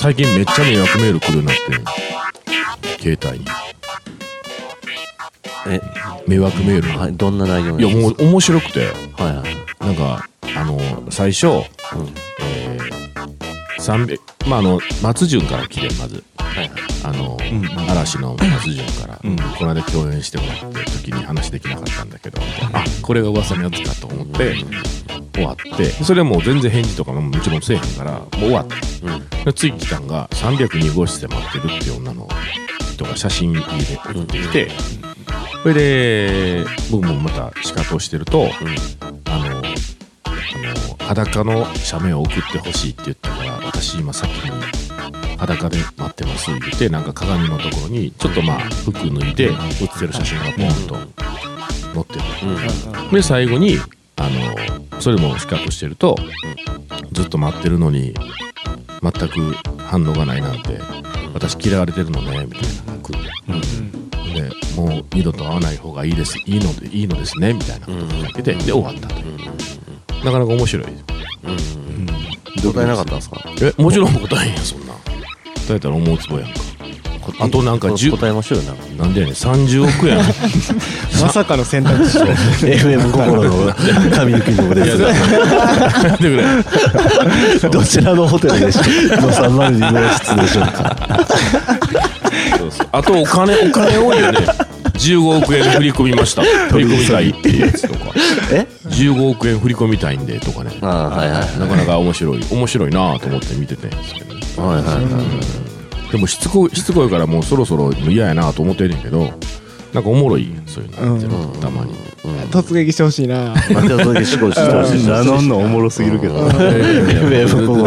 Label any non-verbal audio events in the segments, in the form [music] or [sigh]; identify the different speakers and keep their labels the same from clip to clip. Speaker 1: 最近めっちゃ迷惑メール来るようになって携帯に
Speaker 2: え、
Speaker 1: 迷惑メール
Speaker 2: はい、どんな内容
Speaker 1: いやもう面白くて
Speaker 2: う、はいはい。
Speaker 1: なんかあの最初、えー、300まああの松潤から来てまず
Speaker 2: はい
Speaker 1: あの、
Speaker 3: ん
Speaker 1: 嵐の松潤から、
Speaker 3: うん
Speaker 1: この間共演してもらった時に話できなかったんだけど、あこれが噂のやつかと思って、終わってそれもう全然返事とかももちろんせえへんからもう終わって
Speaker 2: はい。
Speaker 1: で次来たんが302号室で待ってるっていう女の人が写真入れて送ってきて、それで僕もまた仕方をしてると、あのあの裸の写メを送ってほしいって言ったから私今さっきの裸で待ってますって言ってなんか鏡のところにちょっとまあ服脱いで写ってる写真がポンと載ってる、
Speaker 2: うん。
Speaker 1: で最後にあのそれも比較してると、ずっと待ってるのに全く反応がないなんて私嫌われてるのねみたいなのが来るでもう二度と会わない方がいいですいいのでいいのですねみたいなことを書いててで終わったというなかなか面白い
Speaker 2: うん。答えなかったんですか
Speaker 1: えもちろん答えへんやそんな答えたら思うつぼやんかあとなんか
Speaker 2: こ
Speaker 1: 10
Speaker 2: 答えましょうよな。
Speaker 1: なんでやねん30億 [laughs] 円
Speaker 3: まさかの選
Speaker 2: [laughs]
Speaker 3: 択肢
Speaker 2: FM 心の神行きの
Speaker 1: [laughs]
Speaker 2: で
Speaker 1: いやだから待ってくれ
Speaker 2: す。どちらのホテルでしょうか302号室でしょうか
Speaker 1: そうそうあとお金お金多いよね15億円振り込みました振り込みたいっていうやつとか
Speaker 2: え
Speaker 1: 15億円振り込みたいんでとかね
Speaker 2: ああ、はいはい。
Speaker 1: なかなか面白い面白いなと思って見ててんですけどね
Speaker 2: はいはいはい。
Speaker 1: でもしつこいしつこいからもうそろそろ嫌やなと思ってんねんけどなんかおもろいそういうのって
Speaker 3: う
Speaker 1: たまに
Speaker 3: 突撃してほしいな。
Speaker 2: またそれで仕事してほしい。
Speaker 4: 名乗んのおもろすぎるけど
Speaker 2: [laughs]
Speaker 4: な。
Speaker 2: FM 心の。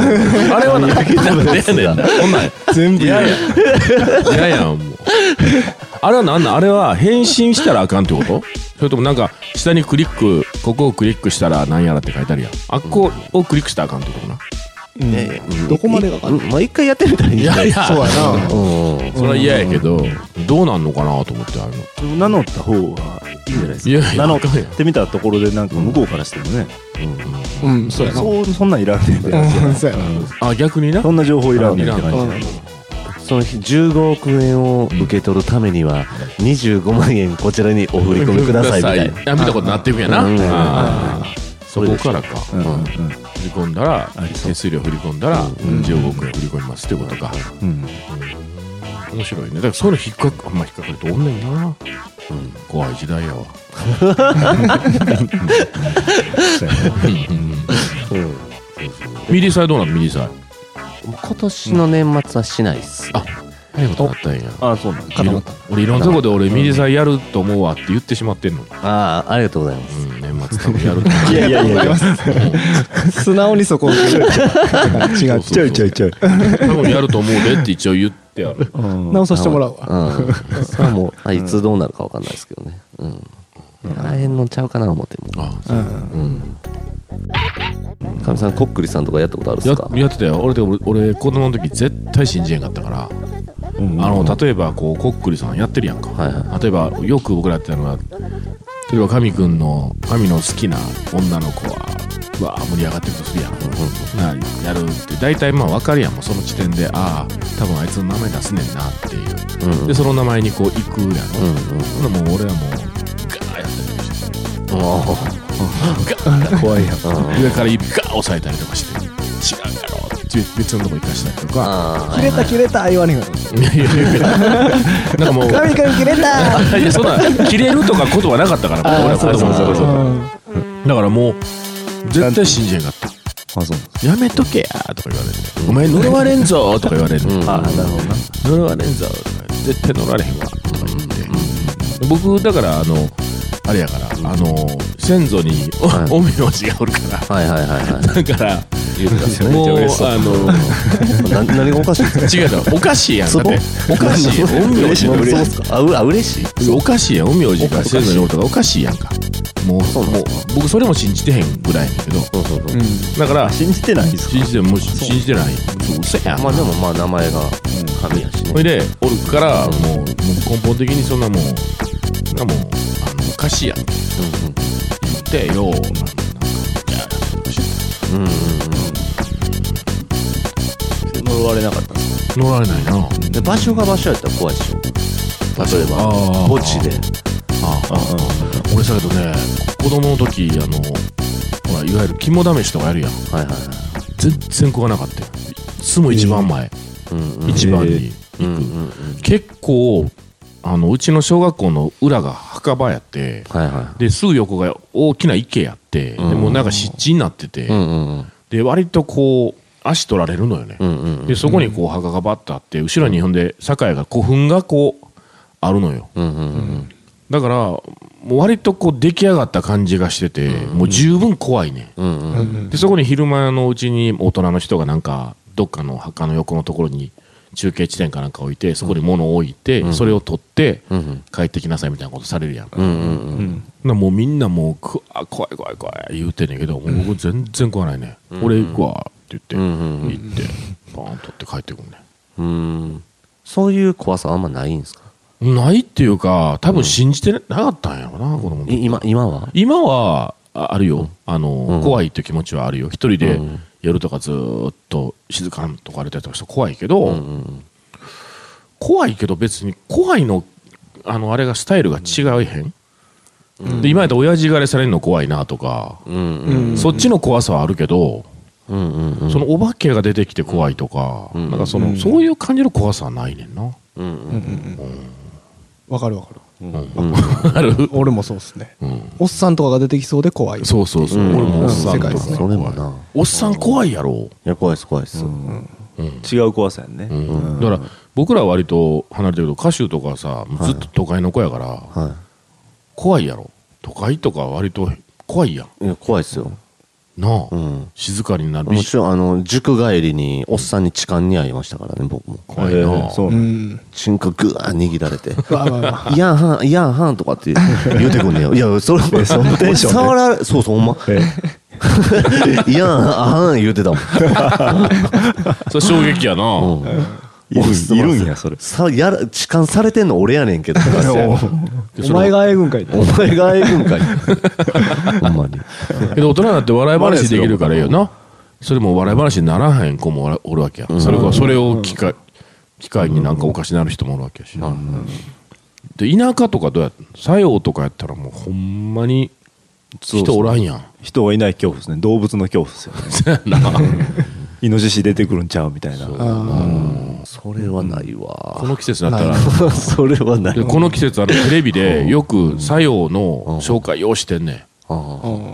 Speaker 1: あれは [laughs] なんでやねんなこんなん
Speaker 3: 全部
Speaker 1: 嫌や嫌やんもうあれはなんなんあれは返信したらあかんってことそれともなんか下にクリックここをクリックしたらなんやらって書いてあるやんあっこをクリックしたらあかんってことな
Speaker 3: うんどこまでがか
Speaker 2: うんまあ一回やってみたらいいんじゃない
Speaker 1: や
Speaker 3: そうやな。
Speaker 2: うん。
Speaker 1: それは嫌やけどどうなんのかなと思ってあるの
Speaker 4: 名乗った方がいいんじゃないですか。
Speaker 1: いやいや
Speaker 4: 名乗ってみたところで、なんか向こうからしてもね、
Speaker 3: うん、そうやな。
Speaker 4: そうそんなんいらんねんって感じ
Speaker 3: うんそうやな。
Speaker 1: あ逆にな
Speaker 4: そんな情報いらんねんって
Speaker 1: いら
Speaker 4: 感じ。
Speaker 2: その日15億円を受け取るためには25万円こちらにお振り込みくださいみたいな
Speaker 1: あ見たことになっていくんやな
Speaker 2: うん
Speaker 1: あーそこからか
Speaker 4: うんうん
Speaker 1: 振り込んだら手数料振り込んだら15億円振り込みますってことか
Speaker 4: うん
Speaker 1: 面白いねだからそういうの引っかかあんま引っかかるとおんねんな、うん、怖い時代や [laughs] わ
Speaker 4: そうやね
Speaker 1: ミリサイどうなのミリサイ
Speaker 2: 今年の年末はしないっす、
Speaker 1: あ早いことなったんや
Speaker 4: あ、そうなんだ。
Speaker 1: いろ俺いろんなとこで俺ミリサイやると思うわって言ってしまってんの、う
Speaker 2: ああありがとうございます
Speaker 1: ん、年末多分やると思
Speaker 4: いやいやいやいや、
Speaker 3: うん素直にそこを受ける違う。
Speaker 4: [laughs] ちょいちょいちょい。
Speaker 1: う多分やると思うでって一応言ってある
Speaker 3: 直させてもらうわ。
Speaker 2: うんそれはもうあいつどうなるかわかんないですけどねうんあへんのちゃうかな思っても
Speaker 1: あ
Speaker 2: かみさんこっくりさんとかやったことあるっすか
Speaker 1: ややってたよ俺で俺俺子供の時絶対信じへんかったから、
Speaker 4: うん
Speaker 1: あの例えばこうこっくりさんやってるやんか、
Speaker 2: はいは
Speaker 1: 例えばよく僕らやってたのは例えば神くんの神の好きな女の子はうわあ盛り上がってるとするやん、なやるって大体まあ分かるやんもうその時点でああ多分あいつの名前出すねんなっていう、でその名前にこう行くやろ、ほんならもう俺はもうガーやったりとかして
Speaker 4: 怖いやん。
Speaker 1: 上から一ガー押さえたりとかして違うやろって別のとこ行かしたりとか
Speaker 2: あ
Speaker 3: 切れた切れた言われへんから。
Speaker 1: いやいやいやいやなんかも
Speaker 2: [laughs]
Speaker 1: う
Speaker 3: 神君切れた
Speaker 1: いやそんな切れるとかことはなかったから俺は子供の
Speaker 4: そうそうそう
Speaker 1: 頃
Speaker 3: うん
Speaker 1: だからもう絶対信じへんかった
Speaker 4: あ、そう
Speaker 1: やめとけやとか言われる、お前呪われんぞとか言われる、
Speaker 2: ん
Speaker 1: ああなるほどな呪われんぞとか絶対呪われへんわとか言って、僕だからあのあれやから、あの先祖にお
Speaker 2: はい
Speaker 1: 陰陽師がおるか
Speaker 2: あはいはいはいは [laughs]
Speaker 1: ら [laughs] だから
Speaker 2: 言ってたっすね
Speaker 1: もう
Speaker 2: めっちゃ嬉しそう
Speaker 1: あの
Speaker 2: いな何がおかしいんですか
Speaker 1: 違うだろおかしいやんだ
Speaker 2: ツ
Speaker 1: っ
Speaker 2: ボ
Speaker 1: ておかしいやん陰陽師がおる
Speaker 2: そうっすかあうあ嬉しい
Speaker 1: おかしいやん陰陽師が先祖におるとかおかしいやんかもう
Speaker 2: そうなん
Speaker 1: もう
Speaker 2: です
Speaker 1: 僕それも信じてへんぐらいやねんけど
Speaker 2: そうそうそう
Speaker 3: うん
Speaker 1: だから
Speaker 4: 信じてないんすか
Speaker 1: 信じてもう信じてないそう嘘やん
Speaker 2: まあでもまあ名前が
Speaker 4: う
Speaker 2: 神やし
Speaker 1: ほい
Speaker 2: ね
Speaker 1: でおるからもうもう根本的にそんなもうそんなもうあのおかしいやんってよなんなんかいや
Speaker 2: うんうんうん
Speaker 5: 呪われなかったんです
Speaker 1: 乗られないな
Speaker 2: で場所が場所やったら怖いでしょ例えば
Speaker 1: あー
Speaker 2: 墓地で
Speaker 1: ああ俺さけどね子供の時あのほらいわゆる肝試しとかやるやん
Speaker 2: はいはいは
Speaker 1: 全然来なかったよいつも一番前、
Speaker 2: いうんうん
Speaker 1: 一番に、
Speaker 2: うんうんうん
Speaker 1: 結構あのうちの小学校の裏が墓場やって
Speaker 2: はいは
Speaker 1: ですぐ横が大きな池やって、でもうなんか湿地になってて、
Speaker 2: いうんうんうん
Speaker 1: で割とこう足取られるのよね、
Speaker 2: うんうん
Speaker 1: でそこにこう墓がバッとあって後ろにほんで堺が古墳がこうあるのよ
Speaker 2: うんうんうん
Speaker 1: だからもう割とこう出来上がった感じがしてて、もう十分怖いね、
Speaker 2: うんうん
Speaker 1: でそこに昼間のうちに大人の人がなんかどっかの墓の横のところに中継地点かなんか置いてそこに物を置いて、それを取って、
Speaker 2: うん
Speaker 1: 帰ってきなさいみたいなことされるやん、
Speaker 2: うんうんうん
Speaker 1: なもうみんなもうくわ怖い怖い怖い言うてんねんけどもう僕全然怖ないね、俺行くわって言って、
Speaker 2: うんうん
Speaker 1: 行ってバーン取って帰ってくんね
Speaker 2: うんそういう怖さはあんまないんですか
Speaker 1: ないっていうか多分信じてなかったんやろな子供の時
Speaker 2: い今今は
Speaker 1: 今はああるよ、あの
Speaker 2: ん
Speaker 1: 怖いって気持ちはあるよ一人で
Speaker 2: うん
Speaker 1: 夜とかずーっと静かんとか歩いたりとかして怖いけど、
Speaker 2: うんうん
Speaker 1: 怖いけど別に怖いのあのあれがスタイルが違うへん、で今やったら親父狩りされるの怖いなとか、
Speaker 2: うんうん
Speaker 3: うん
Speaker 1: そっちの怖さはあるけど、
Speaker 2: うんうんうん
Speaker 1: そのお化けが出てきて怖いとか、
Speaker 2: うん
Speaker 1: なんかその、
Speaker 3: うん
Speaker 1: そういう感じの怖さはないねんな、
Speaker 2: うん
Speaker 3: うんうんわかるわかる。
Speaker 1: うんある、
Speaker 3: 俺もそうっすね。
Speaker 1: うん
Speaker 3: おっさんとかが出てきそうで怖い。
Speaker 1: そうそうそう、
Speaker 2: うん
Speaker 1: 俺もおっさんと
Speaker 3: 世界
Speaker 1: か
Speaker 3: ですね
Speaker 2: それもな
Speaker 1: おっさん怖いやろ、
Speaker 2: いや怖いです怖いです
Speaker 4: 違う怖さやんね。
Speaker 1: うんだから僕らは割と離れてるけど歌手とかさもうずっと都会の子やから、
Speaker 2: は
Speaker 1: 怖いやろ都会とか割と怖いやん
Speaker 2: いいや怖いですよ
Speaker 1: なあ、
Speaker 2: うん
Speaker 1: 静かになる
Speaker 2: もちろんあの塾帰りにおっさんに痴漢に遭いましたからね僕も
Speaker 1: 怖いな、
Speaker 4: えーそう
Speaker 3: う
Speaker 4: なん
Speaker 3: ん。
Speaker 2: チンコぐわー握られて
Speaker 3: わわ
Speaker 2: [laughs]
Speaker 3: わ。
Speaker 2: いやんはん、いやんはんとかって言うてくんねよ。いや、それ、
Speaker 4: そのテンションで
Speaker 2: 触られ、そうそう、ほんま。
Speaker 4: え
Speaker 2: いやん、あはん言うてたもん。
Speaker 1: それ衝撃やな、
Speaker 4: いるいるんや、それ。
Speaker 2: さ、やら、痴漢されてんの俺やねんけど。 [laughs]
Speaker 3: お前がえぐんかい
Speaker 2: お前がえぐん [laughs] かい。ほんまに。
Speaker 1: けど大人になって笑い話できるからいいよなそれも笑い話にならへん子もおらおるわけや、それかそれを機会機会になんかおかしなる人もおるわけやし、で田舎とかどうやったの作用とかやったらもうほんまに人おらんやん
Speaker 4: 人はいない恐怖ですね。動物の恐怖ですよね。
Speaker 1: そうやな
Speaker 4: イノシシ出てくるんちゃうみたいな。
Speaker 2: それはないわ
Speaker 1: [laughs]
Speaker 2: [laughs]
Speaker 1: こ。の季節になったら
Speaker 2: それはない
Speaker 1: でこの季節あのテレビでよく作用の紹介をしてんねん
Speaker 2: あ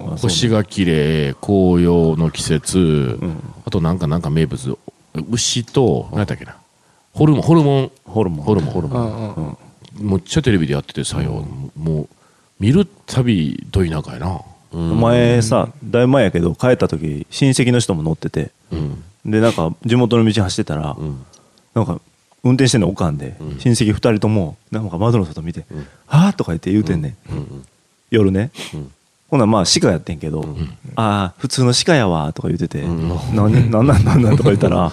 Speaker 3: うん
Speaker 1: 星が綺麗紅葉の季節あとなんかなんか名物牛と何だっけなホルモンホルモン
Speaker 4: ホルモン。
Speaker 1: ホルモン
Speaker 3: うんうん
Speaker 1: むっちゃテレビでやってて作用もう見るたびど田舎やな
Speaker 4: お前さ、だいぶ前やけど、帰った時、親戚の人も乗ってて、で、なんか、地元の道走ってたら、なんか、運転してんのおかんで、親戚二人とも、なんか窓の外見て、あーとか言って言うてんねん。夜ね。ほな、まあ、鹿やってんけど、あー、普通の鹿やわーとか言ってて、なんなんなんなんなんとか言ったら、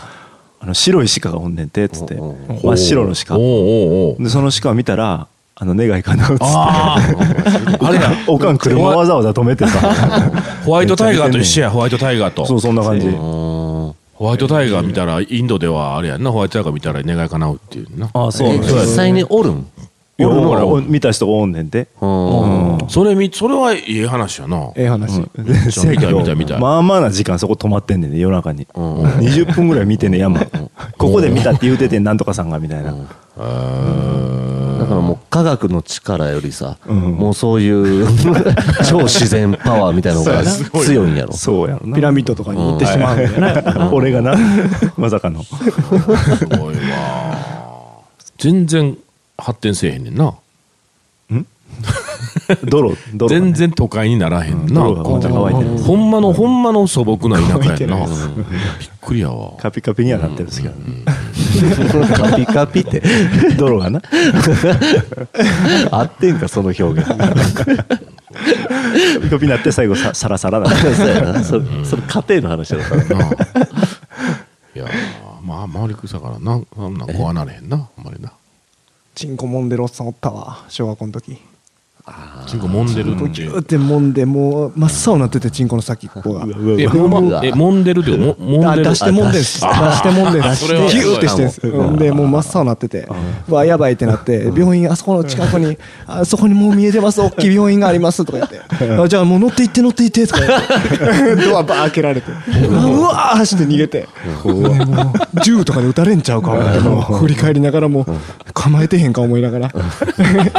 Speaker 4: あの、白い鹿がおんねんて、つって、真っ白の
Speaker 1: おうお
Speaker 4: 鹿。
Speaker 1: うおう
Speaker 4: で、その鹿を見たら、あの、願いかなうっつって。
Speaker 1: あああれや
Speaker 4: おかん車わざわざ止めてさ
Speaker 1: ホワイトタイガーと一緒やホワイトタイガーと
Speaker 4: そうそんな感じ
Speaker 1: ホワイトタイガー見たらインドではあれやんなホワイトタイガー見たら願い叶うっていうな
Speaker 4: あそうなん
Speaker 2: 実際におるん
Speaker 4: いや
Speaker 1: おるおる
Speaker 4: お見た人がおんねんて
Speaker 2: うん
Speaker 1: それみそれはいい話やな
Speaker 3: ええ話。
Speaker 1: ちゃ見た見た見た
Speaker 4: まあまあな時間そこ止まってんねんね夜中に20分ぐらい見てんねん山ここで見たって言うててんなんとかさんがみたいな
Speaker 2: だからもう科学の力よりさ、
Speaker 4: ん
Speaker 2: もうそういう [laughs] 超自然パワーみたいなのが強いんやろ。
Speaker 4: そうやろ
Speaker 3: ピラ
Speaker 4: な
Speaker 3: ミッドとかに行ってしまうんだよね。
Speaker 4: 俺がなまさかの
Speaker 1: すごいわ全然発展せえへんねんな
Speaker 4: 泥泥がね
Speaker 1: 全然都会にならへんな、
Speaker 4: 泥がまた乾いてる
Speaker 1: ほんまのほんまの素朴な田舎やなうんびっくりやわ
Speaker 4: カピカピにはなってるんですけどね
Speaker 2: カピカピって。
Speaker 4: 泥がな
Speaker 2: 合ってんか、その表現。
Speaker 4: カピカピになって最後さサラサラだね
Speaker 2: そうやな。それ、それ家庭の話だから。
Speaker 1: なあいやーまあまあ周り草からなんあんなん怖なれへんなあんまりな
Speaker 3: [laughs] チンコ揉んでるおっさんおったわ小学校の時
Speaker 1: チンコ揉んでる
Speaker 3: こう
Speaker 1: って
Speaker 3: ギューって揉んでもう真っ青になっててチンコの先っぽが
Speaker 1: え
Speaker 2: うわ
Speaker 1: も
Speaker 2: う
Speaker 1: も
Speaker 2: わ
Speaker 1: え揉んでるっても揉
Speaker 3: あ
Speaker 1: んでる
Speaker 3: 出して揉んでんす出して揉んでんす
Speaker 1: それは
Speaker 3: ギューってしてんす
Speaker 1: す
Speaker 2: い
Speaker 3: ほんでもう真っ青になっててうわやばいってなって病院あそこの近くにあそこにもう見えてます大きい病院がありますとか言ってあじゃあもう乗って行って乗って行ってとか言って [laughs] ドアバー開けられてうわー走って逃げてでもう銃とかで撃たれんちゃうか思ってもう振り返りながらもう構えてへんか思いながら
Speaker 1: そ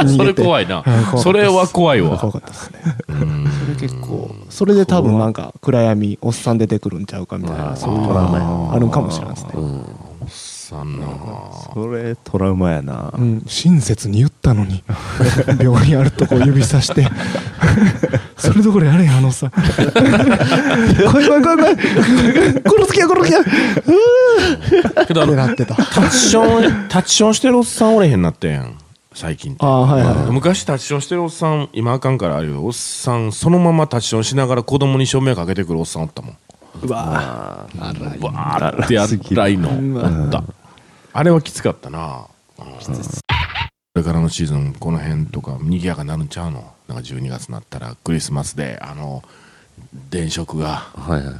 Speaker 3: [laughs] 逃
Speaker 1: れ
Speaker 3: げて
Speaker 1: 怖いな
Speaker 3: うん怖かったっす
Speaker 1: それは怖いわ
Speaker 3: 怖かったですねそれ結構それで多分なんか暗闇おっさん出てくるんちゃうかみたいなそういうトラウマやあるんかもしれないですね
Speaker 1: さんな
Speaker 4: それトラウマやな
Speaker 3: うん、親切に言ったのに [laughs] 病院あるとこ指さして [laughs] それどころやれへんあのさ怖い怖い怖い怖い殺す気や殺す気や
Speaker 1: けどあ
Speaker 3: って [laughs]
Speaker 1: の
Speaker 3: なってた
Speaker 1: タッチションタッチションしてるおっさんおれへんなってん最近って
Speaker 3: ああはいは
Speaker 1: 昔タッチションしてるおっさん今あかんからあるよおっさんそのままタッチションしながら子供に照明かけてくるおっさんおったもん
Speaker 3: いわ
Speaker 1: うわーってやったいのあったあれはきつかったなうんこれからのシーズンこの辺とか賑やかになるんちゃうのなんか12月になったらクリスマスであの電飾が
Speaker 2: はいはい。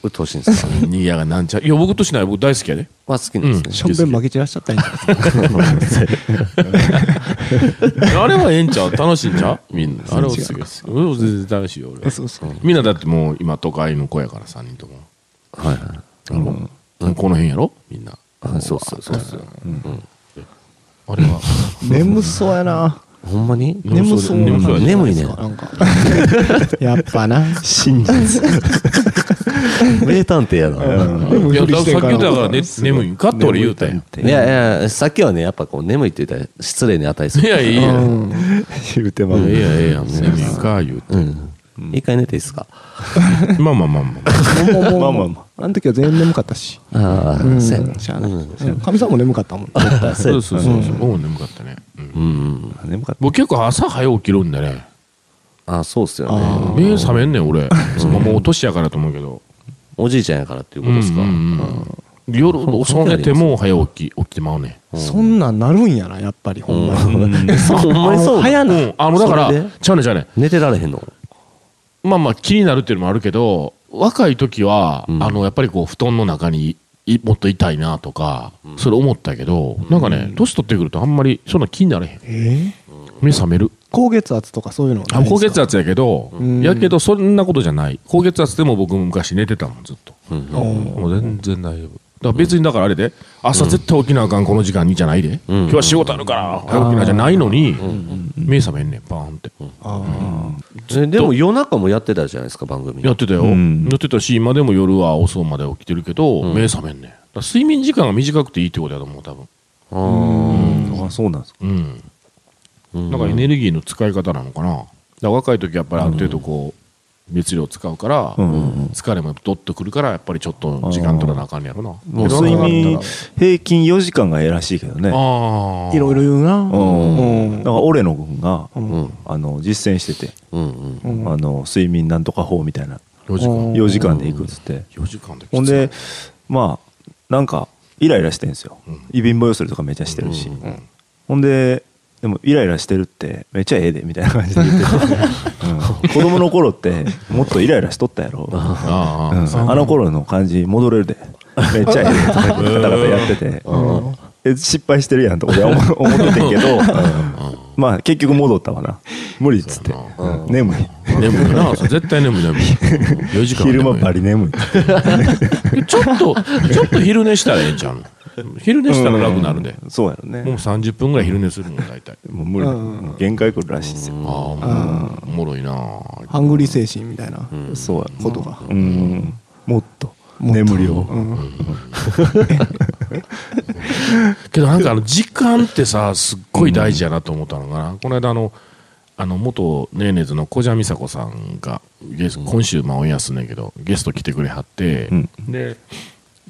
Speaker 2: うっとうしいんですか
Speaker 1: 賑やかになんちゃういや僕としない僕大好きやで
Speaker 2: まあ好きなんです
Speaker 3: ションベン負け散らしちゃったんじゃないですか
Speaker 1: あれはええんちゃう楽しいんちゃうみんなあれは好きですうん全然楽しいよ俺
Speaker 3: そうそう
Speaker 1: みんなだってもう今都会の子やから3人とも
Speaker 2: ね。はいはい。
Speaker 1: あのもうこの辺やろみんな
Speaker 2: あそうそうそうそう。
Speaker 1: あれは
Speaker 3: 眠そうやな
Speaker 2: ほんまに
Speaker 3: 眠そう
Speaker 1: 眠そうやね
Speaker 2: 眠いね。
Speaker 3: なんかやっぱな
Speaker 4: 真実
Speaker 2: 名探偵やな。
Speaker 3: でも
Speaker 1: いや
Speaker 3: 無理
Speaker 1: だ
Speaker 3: して
Speaker 1: さ
Speaker 3: ん
Speaker 1: っき
Speaker 3: か
Speaker 1: 言
Speaker 3: ら
Speaker 1: ったからね眠いんかって俺言うたやん
Speaker 2: いやいや、さっきはね、やっぱこう、眠いって言ったら失礼に値す
Speaker 1: い
Speaker 2: る。
Speaker 1: やいやいや
Speaker 4: 言うてまう
Speaker 1: いやいや眠いんか言うて
Speaker 2: うん。一回寝ていいですか
Speaker 1: まあまあまあま
Speaker 3: [laughs]
Speaker 1: あ
Speaker 3: もうもう
Speaker 4: まあま
Speaker 3: も
Speaker 4: あ
Speaker 3: う
Speaker 4: ま
Speaker 3: あの時は全員眠かったし
Speaker 2: あ
Speaker 3: う
Speaker 2: あ、
Speaker 3: ん
Speaker 2: せや
Speaker 3: しゃあない
Speaker 2: うん
Speaker 3: かみさんも眠かったもん
Speaker 2: せや
Speaker 1: そうそうそうそうもう眠かったねうん
Speaker 2: うん。
Speaker 4: あ眠かっ
Speaker 1: 僕結構朝早起きるんでね
Speaker 2: あそうっすよね。
Speaker 1: 目覚めんねん俺そのもうお年やからと思うけど
Speaker 2: おじいちゃんやからっていうことですか。
Speaker 1: うんうんうん夜遅寝ても早起き起きてまうねん
Speaker 3: そんなんなるんやなやっぱりほんま
Speaker 2: [laughs]
Speaker 3: に
Speaker 2: ほんまにそう
Speaker 1: 早
Speaker 2: なの
Speaker 1: うんあのだから
Speaker 2: それで
Speaker 1: ちゃうねんちゃうねん
Speaker 2: 寝てられへんの
Speaker 1: まあまあ気になるっていうのもあるけど若い時は、
Speaker 2: うん
Speaker 1: あのやっぱりこう布団の中にいもっといたいなとか、それ思ったけど、なんかね年取ってくるとあんまりそんな気になれへん
Speaker 3: え
Speaker 1: 目覚める
Speaker 3: 高月圧とかそういうのはないんですか
Speaker 1: 高血圧やけど、
Speaker 3: ん
Speaker 1: やけどそんなことじゃない高血圧でも僕昔寝てたもんずっと、もう全然大丈夫だから別にだからあれで朝絶対起きなあかんこの時間にじゃないで、
Speaker 2: ん
Speaker 1: 今日は仕事あるから早起きなじゃないのに、目覚めんねんバーンって、
Speaker 2: えでも夜中もやってたじゃないですか、番組。
Speaker 1: やってたよ、
Speaker 4: うん
Speaker 1: やってたし今でも夜は遅うまで起きてるけど、目覚めんねんだから睡眠時間が短くていいってことやと思う多分
Speaker 2: あー
Speaker 4: たあそうなんですか
Speaker 1: うん、
Speaker 2: うん
Speaker 1: なんかエネルギーの使い方なのかなだから若い時やっぱりある程度こう熱量使うから、
Speaker 4: うんうんうん
Speaker 1: 疲れもドッとくるからやっぱりちょっと時間取らなあかんねやろな
Speaker 4: もう睡眠平均4時間がええらしいけどね
Speaker 1: ああ
Speaker 3: いろいろ言うな
Speaker 4: うん
Speaker 3: うん
Speaker 4: だからオレノ君が
Speaker 2: ん
Speaker 4: あの実践してて
Speaker 2: うんうん。
Speaker 3: うん
Speaker 4: あの睡眠なんとか法みたいな
Speaker 1: 4時
Speaker 3: う
Speaker 1: 間
Speaker 3: ん
Speaker 4: 4時間でいくっつって
Speaker 1: 4時間できつい
Speaker 4: ほんでまあなんかイライラしてんすよ
Speaker 1: うん
Speaker 4: いびんぼよするとかめっちゃしてるし
Speaker 1: うんうん
Speaker 4: ほんででもイライラしてるってめっちゃええでみたいな感じで言ってて
Speaker 1: [laughs]
Speaker 4: うん子供の頃ってもっとイライラしとったやろ
Speaker 1: あ
Speaker 4: うん
Speaker 1: あ、
Speaker 4: あの頃の感じ戻れるでめっちゃええでとか言ってガタガタやっててえ失敗してるやんと俺は思思っててんけどまあ結局戻ったわな無理っつって
Speaker 1: そうや
Speaker 4: 眠い
Speaker 1: 眠いな絶対眠い
Speaker 4: [laughs]
Speaker 1: 眠い4時間は眠い
Speaker 4: 昼間バリ眠い
Speaker 1: ちょっとちょっと昼寝したらええんちゃうの昼寝したら楽になるで、
Speaker 4: そうやろ
Speaker 1: もう
Speaker 4: ね
Speaker 1: 30分ぐらい昼寝するもん大体
Speaker 4: もう無理もう限界来るらしいですよ
Speaker 1: ああおもろいなあ
Speaker 3: ハングリー精神みたいな
Speaker 4: そうや
Speaker 3: ことが
Speaker 4: うんもっと
Speaker 3: もっと
Speaker 4: 眠りを
Speaker 1: けどなんかあの時間ってさすっごい大事やなと思ったのがな、この間あのあの元ネーネーズの小蛇美佐子さんがゲスト今週まあオンエアすんねんけどゲスト来てくれはって、
Speaker 4: ん
Speaker 1: で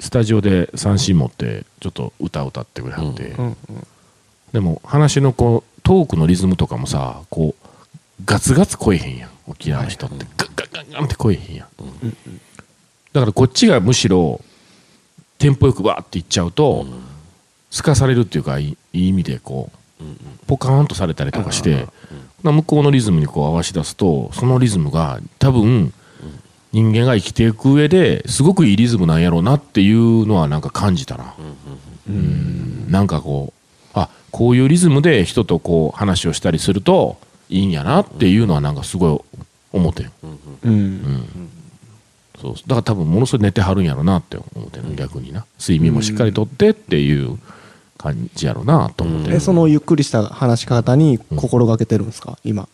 Speaker 1: スタジオで三振持ってちょっと歌歌ってくれはって、でも話のこうトークのリズムとかもさこうガツガツ来えへんやん沖縄の人って、ガンガンガンガンって来えへんやん、だからこっちがむしろテンポよくわーっていっちゃうと、すかされるっていうかいいいい意味でこう、ポカーンとされたりとかして、な向こうのリズムにこう合わし出すとそのリズムが多分人間が生きていく上ですごくいいリズムなんやろうなっていうのはなんか感じたな、うんなんかこうあこういうリズムで人とこう話をしたりするといいんやなっていうのはなんかすごい思ってん
Speaker 3: うん。
Speaker 1: そうだから多分ものすごい寝てはるんやろなって思ってる、逆にな睡眠もしっかりとってっていう感じやろなと思ってる、
Speaker 3: え、そのゆっくりした話し方に心がけてるんですか今。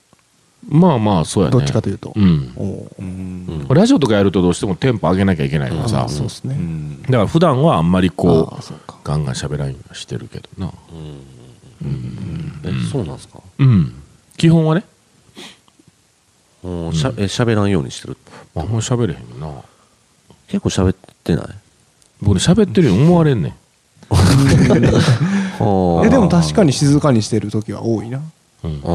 Speaker 1: まあまあそうやね
Speaker 3: どっちかというと
Speaker 1: ん
Speaker 3: おう
Speaker 1: ラジオとかやるとどうしてもテンポ上げなきゃいけないからさ、
Speaker 3: そうですね。
Speaker 1: だから普段はあんまりこ
Speaker 3: あ
Speaker 1: う
Speaker 3: あそうか
Speaker 1: ガンガン喋らんようにしてるけどな
Speaker 2: えそうなんですか
Speaker 1: うん基本はね
Speaker 2: うんしゃえ喋らんようにしてる
Speaker 1: あんまり喋れへんよな
Speaker 2: 結構喋ってない
Speaker 1: 僕ね喋ってるように思われんねん
Speaker 2: え
Speaker 3: え、でも確かに静かにしてる時は多いな。
Speaker 1: うん
Speaker 2: あー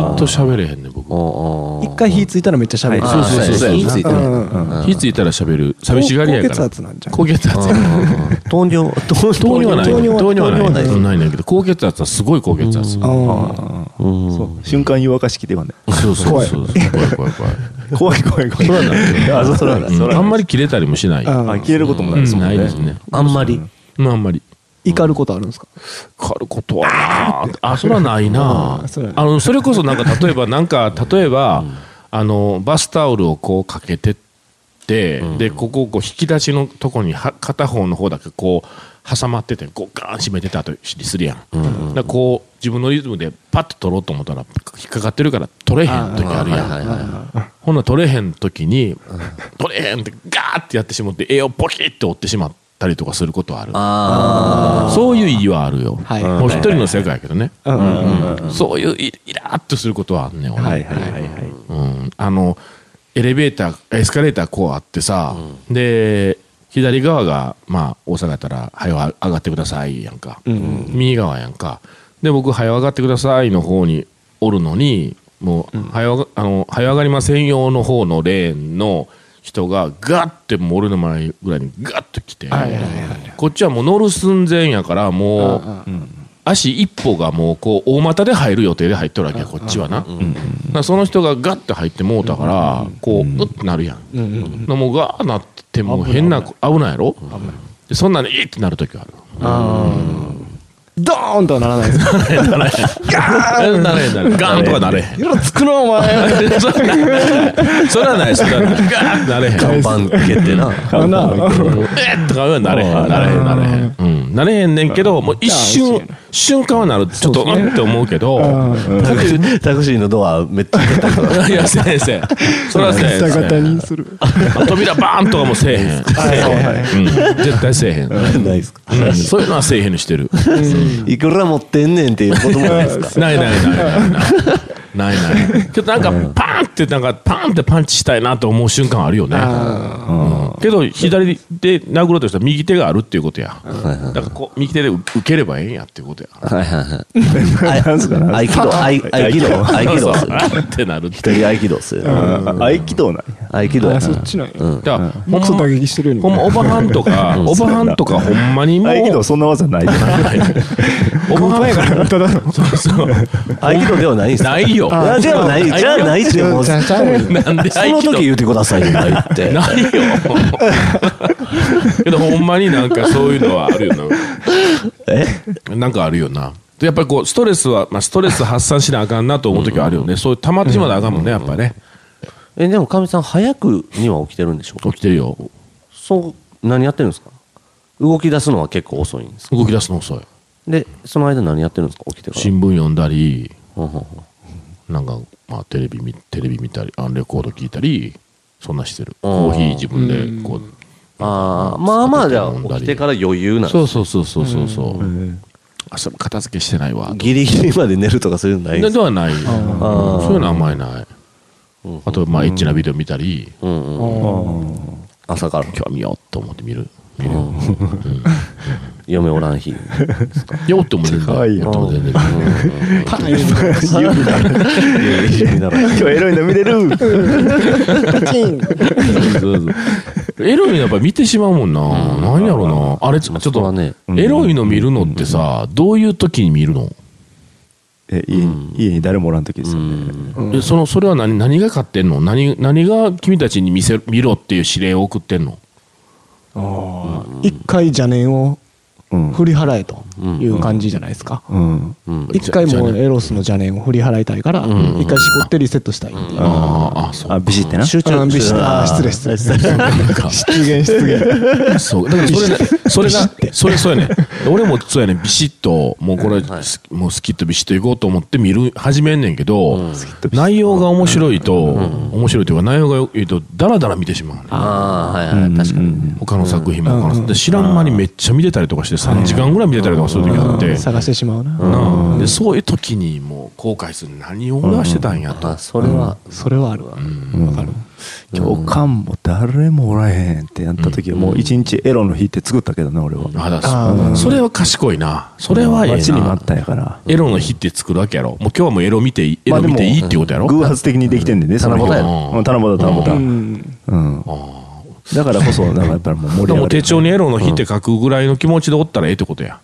Speaker 1: 割と喋れへんねん僕
Speaker 3: 一回火ついたらめっちゃ喋る。
Speaker 1: はいそうそうそうそう
Speaker 5: 火ついて
Speaker 3: う
Speaker 5: る
Speaker 3: んうんうん
Speaker 1: 火ついたら喋る寂しがりやから
Speaker 3: 高血圧なんじゃん
Speaker 1: 高血圧や
Speaker 2: 糖尿
Speaker 1: [laughs] 糖尿はない
Speaker 3: 糖尿は
Speaker 1: 糖尿は
Speaker 3: 糖尿
Speaker 1: な
Speaker 3: はないい
Speaker 1: うんないねんだけど高血圧はすごい高血圧
Speaker 3: あー
Speaker 4: ああ
Speaker 2: うん
Speaker 4: そう瞬間湯沸かしきてまんね
Speaker 1: そうそうそうそう怖い怖い怖い
Speaker 4: 怖い怖い怖いあそうなんだ
Speaker 1: うんあんま
Speaker 4: り
Speaker 1: り切れたりもしない
Speaker 3: あ
Speaker 4: 消えることもないですもん
Speaker 1: な
Speaker 4: ね
Speaker 1: いですね
Speaker 2: あんまり
Speaker 1: まああんまり
Speaker 3: 怒ることあるんですか
Speaker 1: かることはなあそれはないな
Speaker 3: あそらない
Speaker 1: あのそれこそなんか例えばなん
Speaker 3: [laughs]
Speaker 1: か例えばあのバスタオルをこうかけてってでここをこう引き出しのとこには片方の方だけこう挟まっててこうガーン閉めてたとするやん、だからこう自分のリズムでパッと取ろうと思ったら引っかかってるから取れへん時あるやんほんなら取れへん時に取れへんってガーってやってしまって栄養ポキッて折ってしまったりとかすることはあるそういう意はあるよ。
Speaker 3: はい
Speaker 1: もう一人の世界やけどね。
Speaker 3: うんうん
Speaker 1: そういうイイラーっとすることはあんねん、俺。
Speaker 4: はいはいはいはい
Speaker 1: うん。あの、エレベーター、エスカレーターこうあってさ、で、左側が、まあ、大阪やったら、はよ上がってくださいやんか。右側やんか。で、僕、はよ上がってくださいの方におるのに、もう、はよ、あの、はよ上がりませんよの方のレーンの人が、ガッて、もう俺の前ぐらいにガッと来て、こっちはもう乗る寸前やから、もう、足一歩がもうこう大股で入る予定で入っとるわけやこっちはな、だからその人がガッて入ってもうたからこううっってなるやん、でもうガーなってもう変な危ないやろでそんなのいいってなる時ある
Speaker 3: ドーンとはならないです。
Speaker 1: えなれへんなれへんガーンとかなれへん
Speaker 3: よろつくのお
Speaker 1: [laughs]
Speaker 3: 前。
Speaker 1: それはないそれはないそれはないガーンってなれへん
Speaker 2: 看板蹴ってな
Speaker 3: あな
Speaker 1: えっとかはなれへんなれへんなれへん、うん、なれへんねんけどもう一瞬瞬間はなるちょっとうんって思うけど
Speaker 2: タクシー [laughs] タクシーのドアめっちゃ蹴ったりとか
Speaker 1: いやせえへん [laughs] せえへんそれはせえへんせえへん
Speaker 3: 下型にする。
Speaker 1: あ扉バーンとかもせえへん。うん絶対せえへん。う
Speaker 2: ないですか
Speaker 1: んそういうのはせえへんにしてる。
Speaker 2: いくら持ってんねんっていうこともないですか
Speaker 1: ないないないないない。ないない。けどなんかパーンってなんかパーンってパンチしたいなと思う瞬間あるよね。うんけど左で殴ろうとしたら右手があるっていうことや。だからこう右手で受ければええんやっていうことや。
Speaker 2: はいはいはい。合気道、合合気道、合気
Speaker 1: そ
Speaker 2: 道
Speaker 1: う
Speaker 2: っ
Speaker 1: そ
Speaker 2: す
Speaker 1: う
Speaker 2: る。
Speaker 1: あーってなるって。
Speaker 2: 一人合気道っする。
Speaker 4: あ合気道なんや
Speaker 2: 合気道や
Speaker 3: あ、
Speaker 2: な
Speaker 3: そっちなんや。
Speaker 1: だからほん
Speaker 3: クソ打
Speaker 1: ま
Speaker 3: 撃してるように
Speaker 1: ほんまオバハンとか、オバハンとかほんまにもう。
Speaker 4: 合気道そんな技ないよ
Speaker 1: オバハンからただそうそう。
Speaker 2: 合気道ではないんすか
Speaker 1: ないよ。
Speaker 2: あではない、じゃあないっすよ、もう。
Speaker 3: じ
Speaker 2: そ
Speaker 3: ゃあちゃうよ
Speaker 1: なんで合
Speaker 2: の
Speaker 1: 気道
Speaker 2: 時言ってくださいよ、言って。
Speaker 1: ない [laughs] よ。けどほんまになんかそういうのはあるよな。なんかあるよな。でやっぱりこうストレスは、まあ、ストレス発散しなあかんなと思う時はあるよね、そういう溜まってしまったらあかんもんね、やっぱね、
Speaker 2: え、でも、かみさん、早くには起きてるんでしょ
Speaker 1: 起きてるよ、
Speaker 2: そう、何やってるんですか動き出すのは結構遅いんですか
Speaker 1: 動き出すの遅い、
Speaker 2: で、その間何やってるんですか起きてから
Speaker 1: 新聞読んだり、
Speaker 2: ほんほんほん。
Speaker 1: なんか、まあ、テレビ見テレビ見たり、あレコード聞いたり、そんなしてる、コーヒー自分でこう、
Speaker 2: ああ、まあまあ、じゃあ、起きてから余裕なんです
Speaker 1: そうそうそうそうそうそう、あそれ片付けしてないわ、
Speaker 2: ギリギリまで寝るとかそういうのないん
Speaker 1: で
Speaker 2: です
Speaker 1: で
Speaker 2: か
Speaker 1: はない、そういうのはあんまりない、あと、まあ、エッチなビデオ見たり、
Speaker 2: うんうん。朝から。
Speaker 1: 今日は見ようと思って見る。見る
Speaker 2: 嫁おらん日。
Speaker 1: よっても全然。よっても全然。
Speaker 4: 今日エロいの見れる
Speaker 1: そうそう [laughs] エロいのやっぱ見てしまうもんな。なんやろうな。あれ、ちょっ
Speaker 2: そこは
Speaker 1: と、
Speaker 2: ね
Speaker 1: エロいの見るのってさ、どういう時に見るの
Speaker 4: え家に家に誰もおらん時ですよね。
Speaker 1: えその、それは何、何が勝ってんの何、何が君たちに見せ、見ろっていう指令を送ってんの
Speaker 3: 一回邪念を
Speaker 4: うん
Speaker 3: 振り払えという感じじゃないですか。
Speaker 4: うん
Speaker 3: 一回もうエロスの邪念を振り払いたいから、一回絞ってリセットしたいっていう。
Speaker 1: ああ、あそう。
Speaker 4: あビシってな。
Speaker 2: 集
Speaker 3: あ
Speaker 2: 中
Speaker 3: ービシッあー失礼失礼失礼
Speaker 1: なんか、
Speaker 3: 出現出現
Speaker 1: そう。だからそれね、それが、それそうやね。俺もそうやね、ビシッと、もうこれ、すもうスキッとビシッといこうと思って見る、始めんねんけど、内容が面白いと、面白いというか、内容が良いと、だらだら見てしまうね。
Speaker 2: ああはいはい確かにね
Speaker 1: 他の作品も他の作品で知らん間にめっちゃ見てたりとかして3時間ぐらい見てたりとかする時あって
Speaker 3: 探してしまうな、
Speaker 1: なあでそういう時にもう後悔する何を俺はしてたんやと
Speaker 2: まあそれは
Speaker 3: それはあるわ、わかる
Speaker 4: 教官も誰もおらへんってやった時はもう一日エロの日って作ったけどね俺は。
Speaker 1: あだからそそれは賢いなそれはええ
Speaker 4: 待ちに
Speaker 1: な
Speaker 4: 待ったんやから。
Speaker 1: エロの日って作るわけやろもう今日はもうエロ見ていいエロ見ていいっていうことやろ
Speaker 4: 偶発的にできてんでね、その日
Speaker 2: 七夕
Speaker 1: やろ
Speaker 4: うん七夕、七
Speaker 3: う
Speaker 4: 夕。
Speaker 3: ん
Speaker 4: うん。だからこそ、なんかやっぱりもう盛
Speaker 1: で
Speaker 4: り上が
Speaker 1: も
Speaker 4: る
Speaker 1: 手。帳にエロの日って書くぐらいの気持ちでおったらええってことや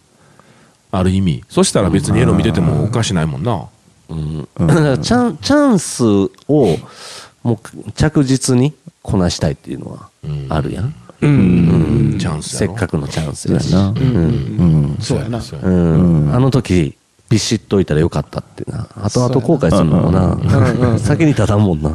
Speaker 1: ある意味そしたら別にエロ見ててもおかしないもんな
Speaker 2: だからチャンチャンスをもう着実にこなしたいっていうのはあるやん
Speaker 1: うんチャンス
Speaker 2: せ
Speaker 1: や
Speaker 2: っ
Speaker 1: ろ
Speaker 2: かくのチャンスやし
Speaker 4: な
Speaker 1: うんそうやな
Speaker 2: うんあの時ビシッといたらよかったってな後々後悔するのもな先に立たんもんな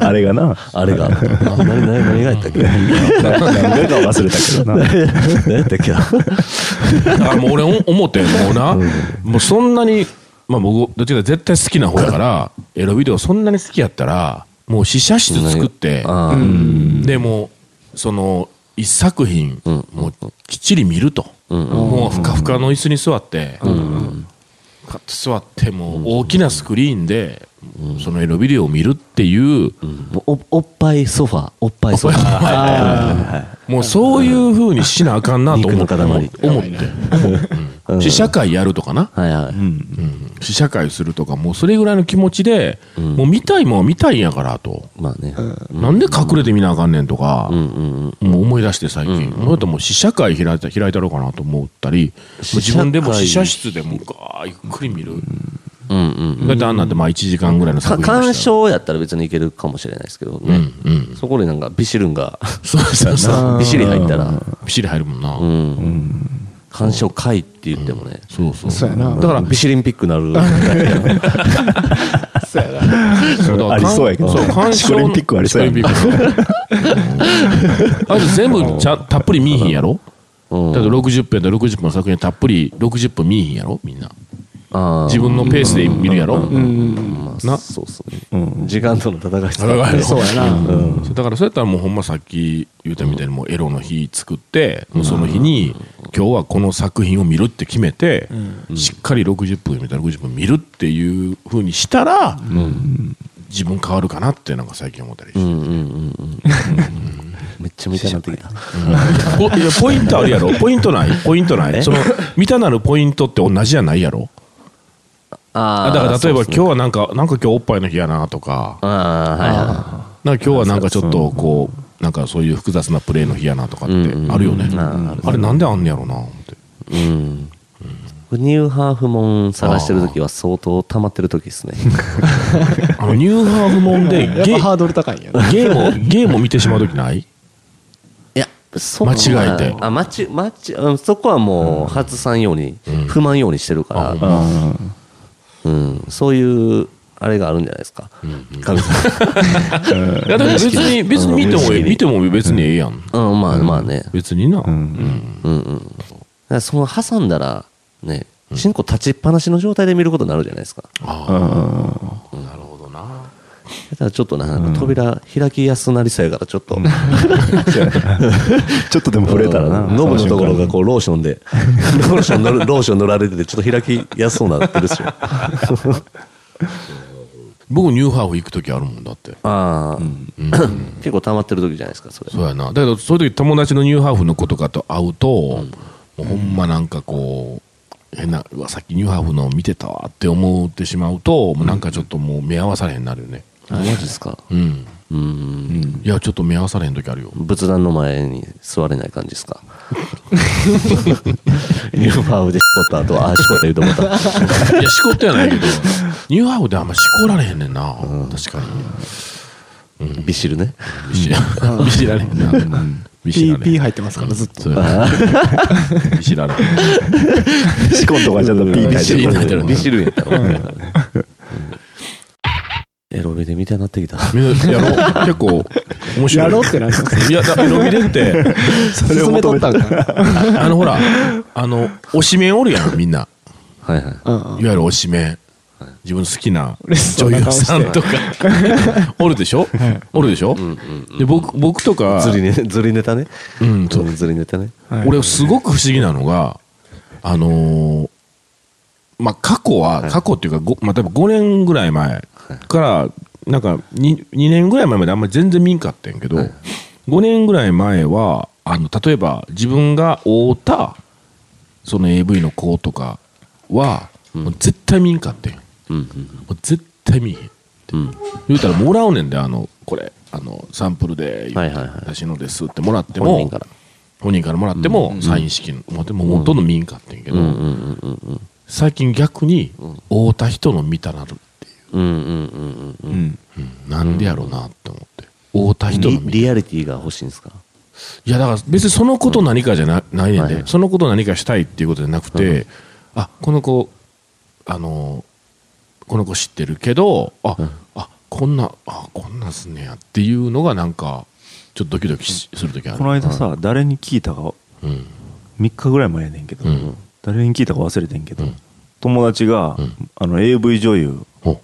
Speaker 4: あれがな。
Speaker 2: あれが何何何がやったっけ
Speaker 4: 何回かは忘れたけどな。
Speaker 2: 何やったっけ
Speaker 1: だからもう俺お思ってんもうな、もうそんなに、まあ僕、どっちかというと絶対好きな方だから、エロビデオそんなに好きやったら、もう試写室作って、
Speaker 2: あー
Speaker 1: でもう、その、一作品、もうきっちり見ると。もうふかふかの椅子に座って、カッと座って、もう大きなスクリーンで、そのエロビデオを見るっていう、
Speaker 2: もうおおっぱいソファおっぱいソファ
Speaker 1: もうそういうふうにしなあかんなと思って、
Speaker 2: 肉の塊
Speaker 1: 思って、思ってうん試写会やるとかな。
Speaker 2: はいはい
Speaker 1: うん試写会するとか、もうそれぐらいの気持ちで、もう見たいもんは見たいんやからと、
Speaker 2: まあね
Speaker 1: なんで隠れて見なあかんねんとか、もう思い出して最近、もうやったらもう試写会開いた開いたろうかなと思ったり、
Speaker 2: 試
Speaker 1: 自
Speaker 2: 写会
Speaker 1: 分でも試写室でもうガーゆっくり見る、
Speaker 2: うんうん
Speaker 1: だってあんなんてまあ1時間ぐらいの
Speaker 2: か
Speaker 1: 作品
Speaker 2: 鑑
Speaker 1: でしたら
Speaker 2: 賞やったら別にいけるかもしれないですけどね、
Speaker 1: うん
Speaker 2: そこでなんかビシルンが
Speaker 1: そうそうそう、
Speaker 2: ビシリ入ったら、
Speaker 1: びっしり入るもんな、
Speaker 2: うん鑑賞会って言ってもね、
Speaker 1: そうそう、
Speaker 3: そうやな
Speaker 1: だから、
Speaker 2: ビシリンピックなる
Speaker 1: そうだから
Speaker 4: ありそうやけど
Speaker 1: そう鑑賞
Speaker 4: シコリンピックありそうやな
Speaker 1: シコリンピック [laughs] あれ全部ちゃたっぷり見えひんやろ
Speaker 2: うん
Speaker 1: だって60分と60分の作品たっぷり60分見えへんやろみんな
Speaker 2: あ
Speaker 1: 自分のペースで見るやろ
Speaker 2: ー
Speaker 1: な
Speaker 2: そうそうね、時間との戦いです
Speaker 1: 戦い
Speaker 2: ね
Speaker 1: そうやな、そうだからそうやったらもうほんまさっき言ったみたいにもうエロの日作ってもうその日に今日はこの作品を見るって決めてしっかり60分みたいな60分見るっていうふうにしたら自分変わるかなってなんか最近思ったりして、
Speaker 2: うんうんうんうんめっちゃ見たくなってきた
Speaker 1: ポいやポイントあるや [laughs] ろポイントないポイントないその見たなるポイントって同じじゃないやろ
Speaker 2: あ
Speaker 1: [laughs] あだから例えば今日
Speaker 2: 日
Speaker 1: はなんかなんか今日おっぱいの日やなとか
Speaker 2: あーはいは
Speaker 1: なんか今日はなんかちょっとこうなんかそういう複雑なプレーの日やなとかってあるよねあれなんであんねやろな思って
Speaker 2: いうんニューハーフモン探してる時は相当溜まってる時ですね
Speaker 1: あのニューハーフモンで
Speaker 3: やっ
Speaker 1: ゲ
Speaker 3: ぱハードル高いんやな
Speaker 1: ゲームをゲームを見てしまう時ない
Speaker 2: いや、そこ
Speaker 1: 間違えて
Speaker 2: あ、間ち、間ち、うんそこはもう、外さんように、不満ようにしてるから、うん、そういう、あれがあるんじゃないですか。神様。
Speaker 1: いやでも別に別に見てもええ見ても別にええやん
Speaker 2: うん、まあ、まあね。だか
Speaker 1: 別にな
Speaker 2: らその挟んだら、ね、チンコ立ちっぱなしの状態で見ることになるじゃないですか。
Speaker 1: なるほどな
Speaker 2: だからちょっとな、なんか扉開きやすなりそうやから、ちょっと。
Speaker 4: ちょっとでも触れたらな。
Speaker 2: ノブのところがこう、ローション [laughs] で、ローション塗る、ローション塗られてて、ちょっと開きやすそうになってるっしょ。
Speaker 1: 僕ニューハーフ行く時あるもんだって
Speaker 2: [laughs] ああ、結構溜まってる時じゃないですか、それ。
Speaker 1: そうやなだけどそういう時友達のニューハーフの子とかと会うと、もうほんまなんかこう変なうわさっきニューハーフの見てたわって思ってしまうと、もうなんかちょっともう目合わされへんなるよね
Speaker 2: マジですか
Speaker 1: うん
Speaker 2: うん
Speaker 1: いやちょっと目合わされへん時あるよ
Speaker 2: 仏壇の前に座れない感じですか [laughs] ニューハーフでしこった後はあしこった言うと思った
Speaker 1: いや、しこってはないけど、 [laughs] ニューハーフであんましこられへんねんな。確か
Speaker 2: ビシルね
Speaker 1: に。ビシビシられへんな。ビシら
Speaker 3: PP
Speaker 1: れへん。
Speaker 3: 入ってますからずっと
Speaker 1: そうやなビシられへん。
Speaker 4: シコンとかちょっとピー
Speaker 1: ビシリ
Speaker 4: 入っ
Speaker 1: に
Speaker 4: て
Speaker 1: な
Speaker 4: る
Speaker 1: ってる
Speaker 2: ビシルやったら俺らがねエロビデみたいになってきた
Speaker 1: みんなやろう結構、面白い。
Speaker 3: やろうってなんですか
Speaker 1: いや、だ伸びれって、
Speaker 3: それを求めたんか
Speaker 1: あの、ほら、あの、推しメンおるやん、みんな。
Speaker 2: はいはい
Speaker 3: なうん
Speaker 1: いわゆる推しメン。自分の好きな
Speaker 3: 嬉しそう
Speaker 1: 女優
Speaker 3: な顔して
Speaker 1: さんとか、おるでしょおるでしょで、僕、僕とか、
Speaker 2: ずりねずりネタね
Speaker 1: うん、そう
Speaker 2: ずりネタね
Speaker 3: はい
Speaker 1: 俺すごく不思議なのが、あのーまあ、過去は、過去っていうか、ごまあ、多分5年ぐらい前から、なんか 2, 2年ぐらい前まであんまり全然見んかったんやけど、5年ぐらい前は、あの、例えば自分が会うた、その AV の子とかは、もう絶対見んかったんや
Speaker 2: うん
Speaker 1: もう絶対見えへん。
Speaker 2: うんうん
Speaker 1: 言うたらもらうねんで、あの、これ、あの、サンプルで、
Speaker 2: はいはいはい
Speaker 1: 私のですってもらっても、
Speaker 2: 本人から
Speaker 1: 本人からもらっても、サイン式もらっても、もうほとんど見んかってんけど、
Speaker 2: うんうんうんうんうん
Speaker 1: 最近逆に、会うた人の見たなるってい
Speaker 2: うんうんうんうん
Speaker 4: うん
Speaker 1: う、なんでやろうなって思って。会うた人の見
Speaker 2: リ
Speaker 1: た
Speaker 2: リアリティが欲しいんですか
Speaker 1: いや、だから別にそのこと何かじゃな,、ないねん
Speaker 2: はい
Speaker 1: で、
Speaker 2: はい
Speaker 1: そのこと何かしたいっていうことじゃなくて、あ、この子、あの、この子知ってるけど、あ、あ、こんな、あ、こんなんすんねやっていうのがなんか、ちょっとドキドキしするときある。
Speaker 4: この間さ誰に聞いたか
Speaker 1: うん。
Speaker 4: 3日ぐらい前やねんけど、
Speaker 1: うん
Speaker 4: 誰に聞いたか忘れてんけど、
Speaker 1: うん
Speaker 4: 友達が、
Speaker 1: うん
Speaker 4: あの AV 女優
Speaker 1: お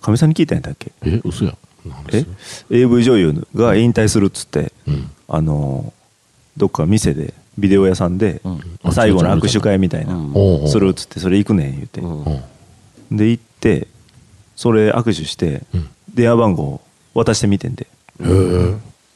Speaker 4: かみさんに聞いたんやったっけ
Speaker 1: え、嘘や。なんで
Speaker 4: え
Speaker 1: す
Speaker 4: AV 女優が引退するっつって、
Speaker 1: うん。
Speaker 4: あのどっか店でビデオ屋さんで、
Speaker 1: うん
Speaker 4: 最後の握手会みたいな、
Speaker 2: うん
Speaker 1: おうおう
Speaker 4: するっつってそれ行くねん言って、
Speaker 2: うん
Speaker 1: うん
Speaker 4: で行ってそれ握手して、
Speaker 1: うん
Speaker 4: 電話番号渡してみてんで
Speaker 1: へ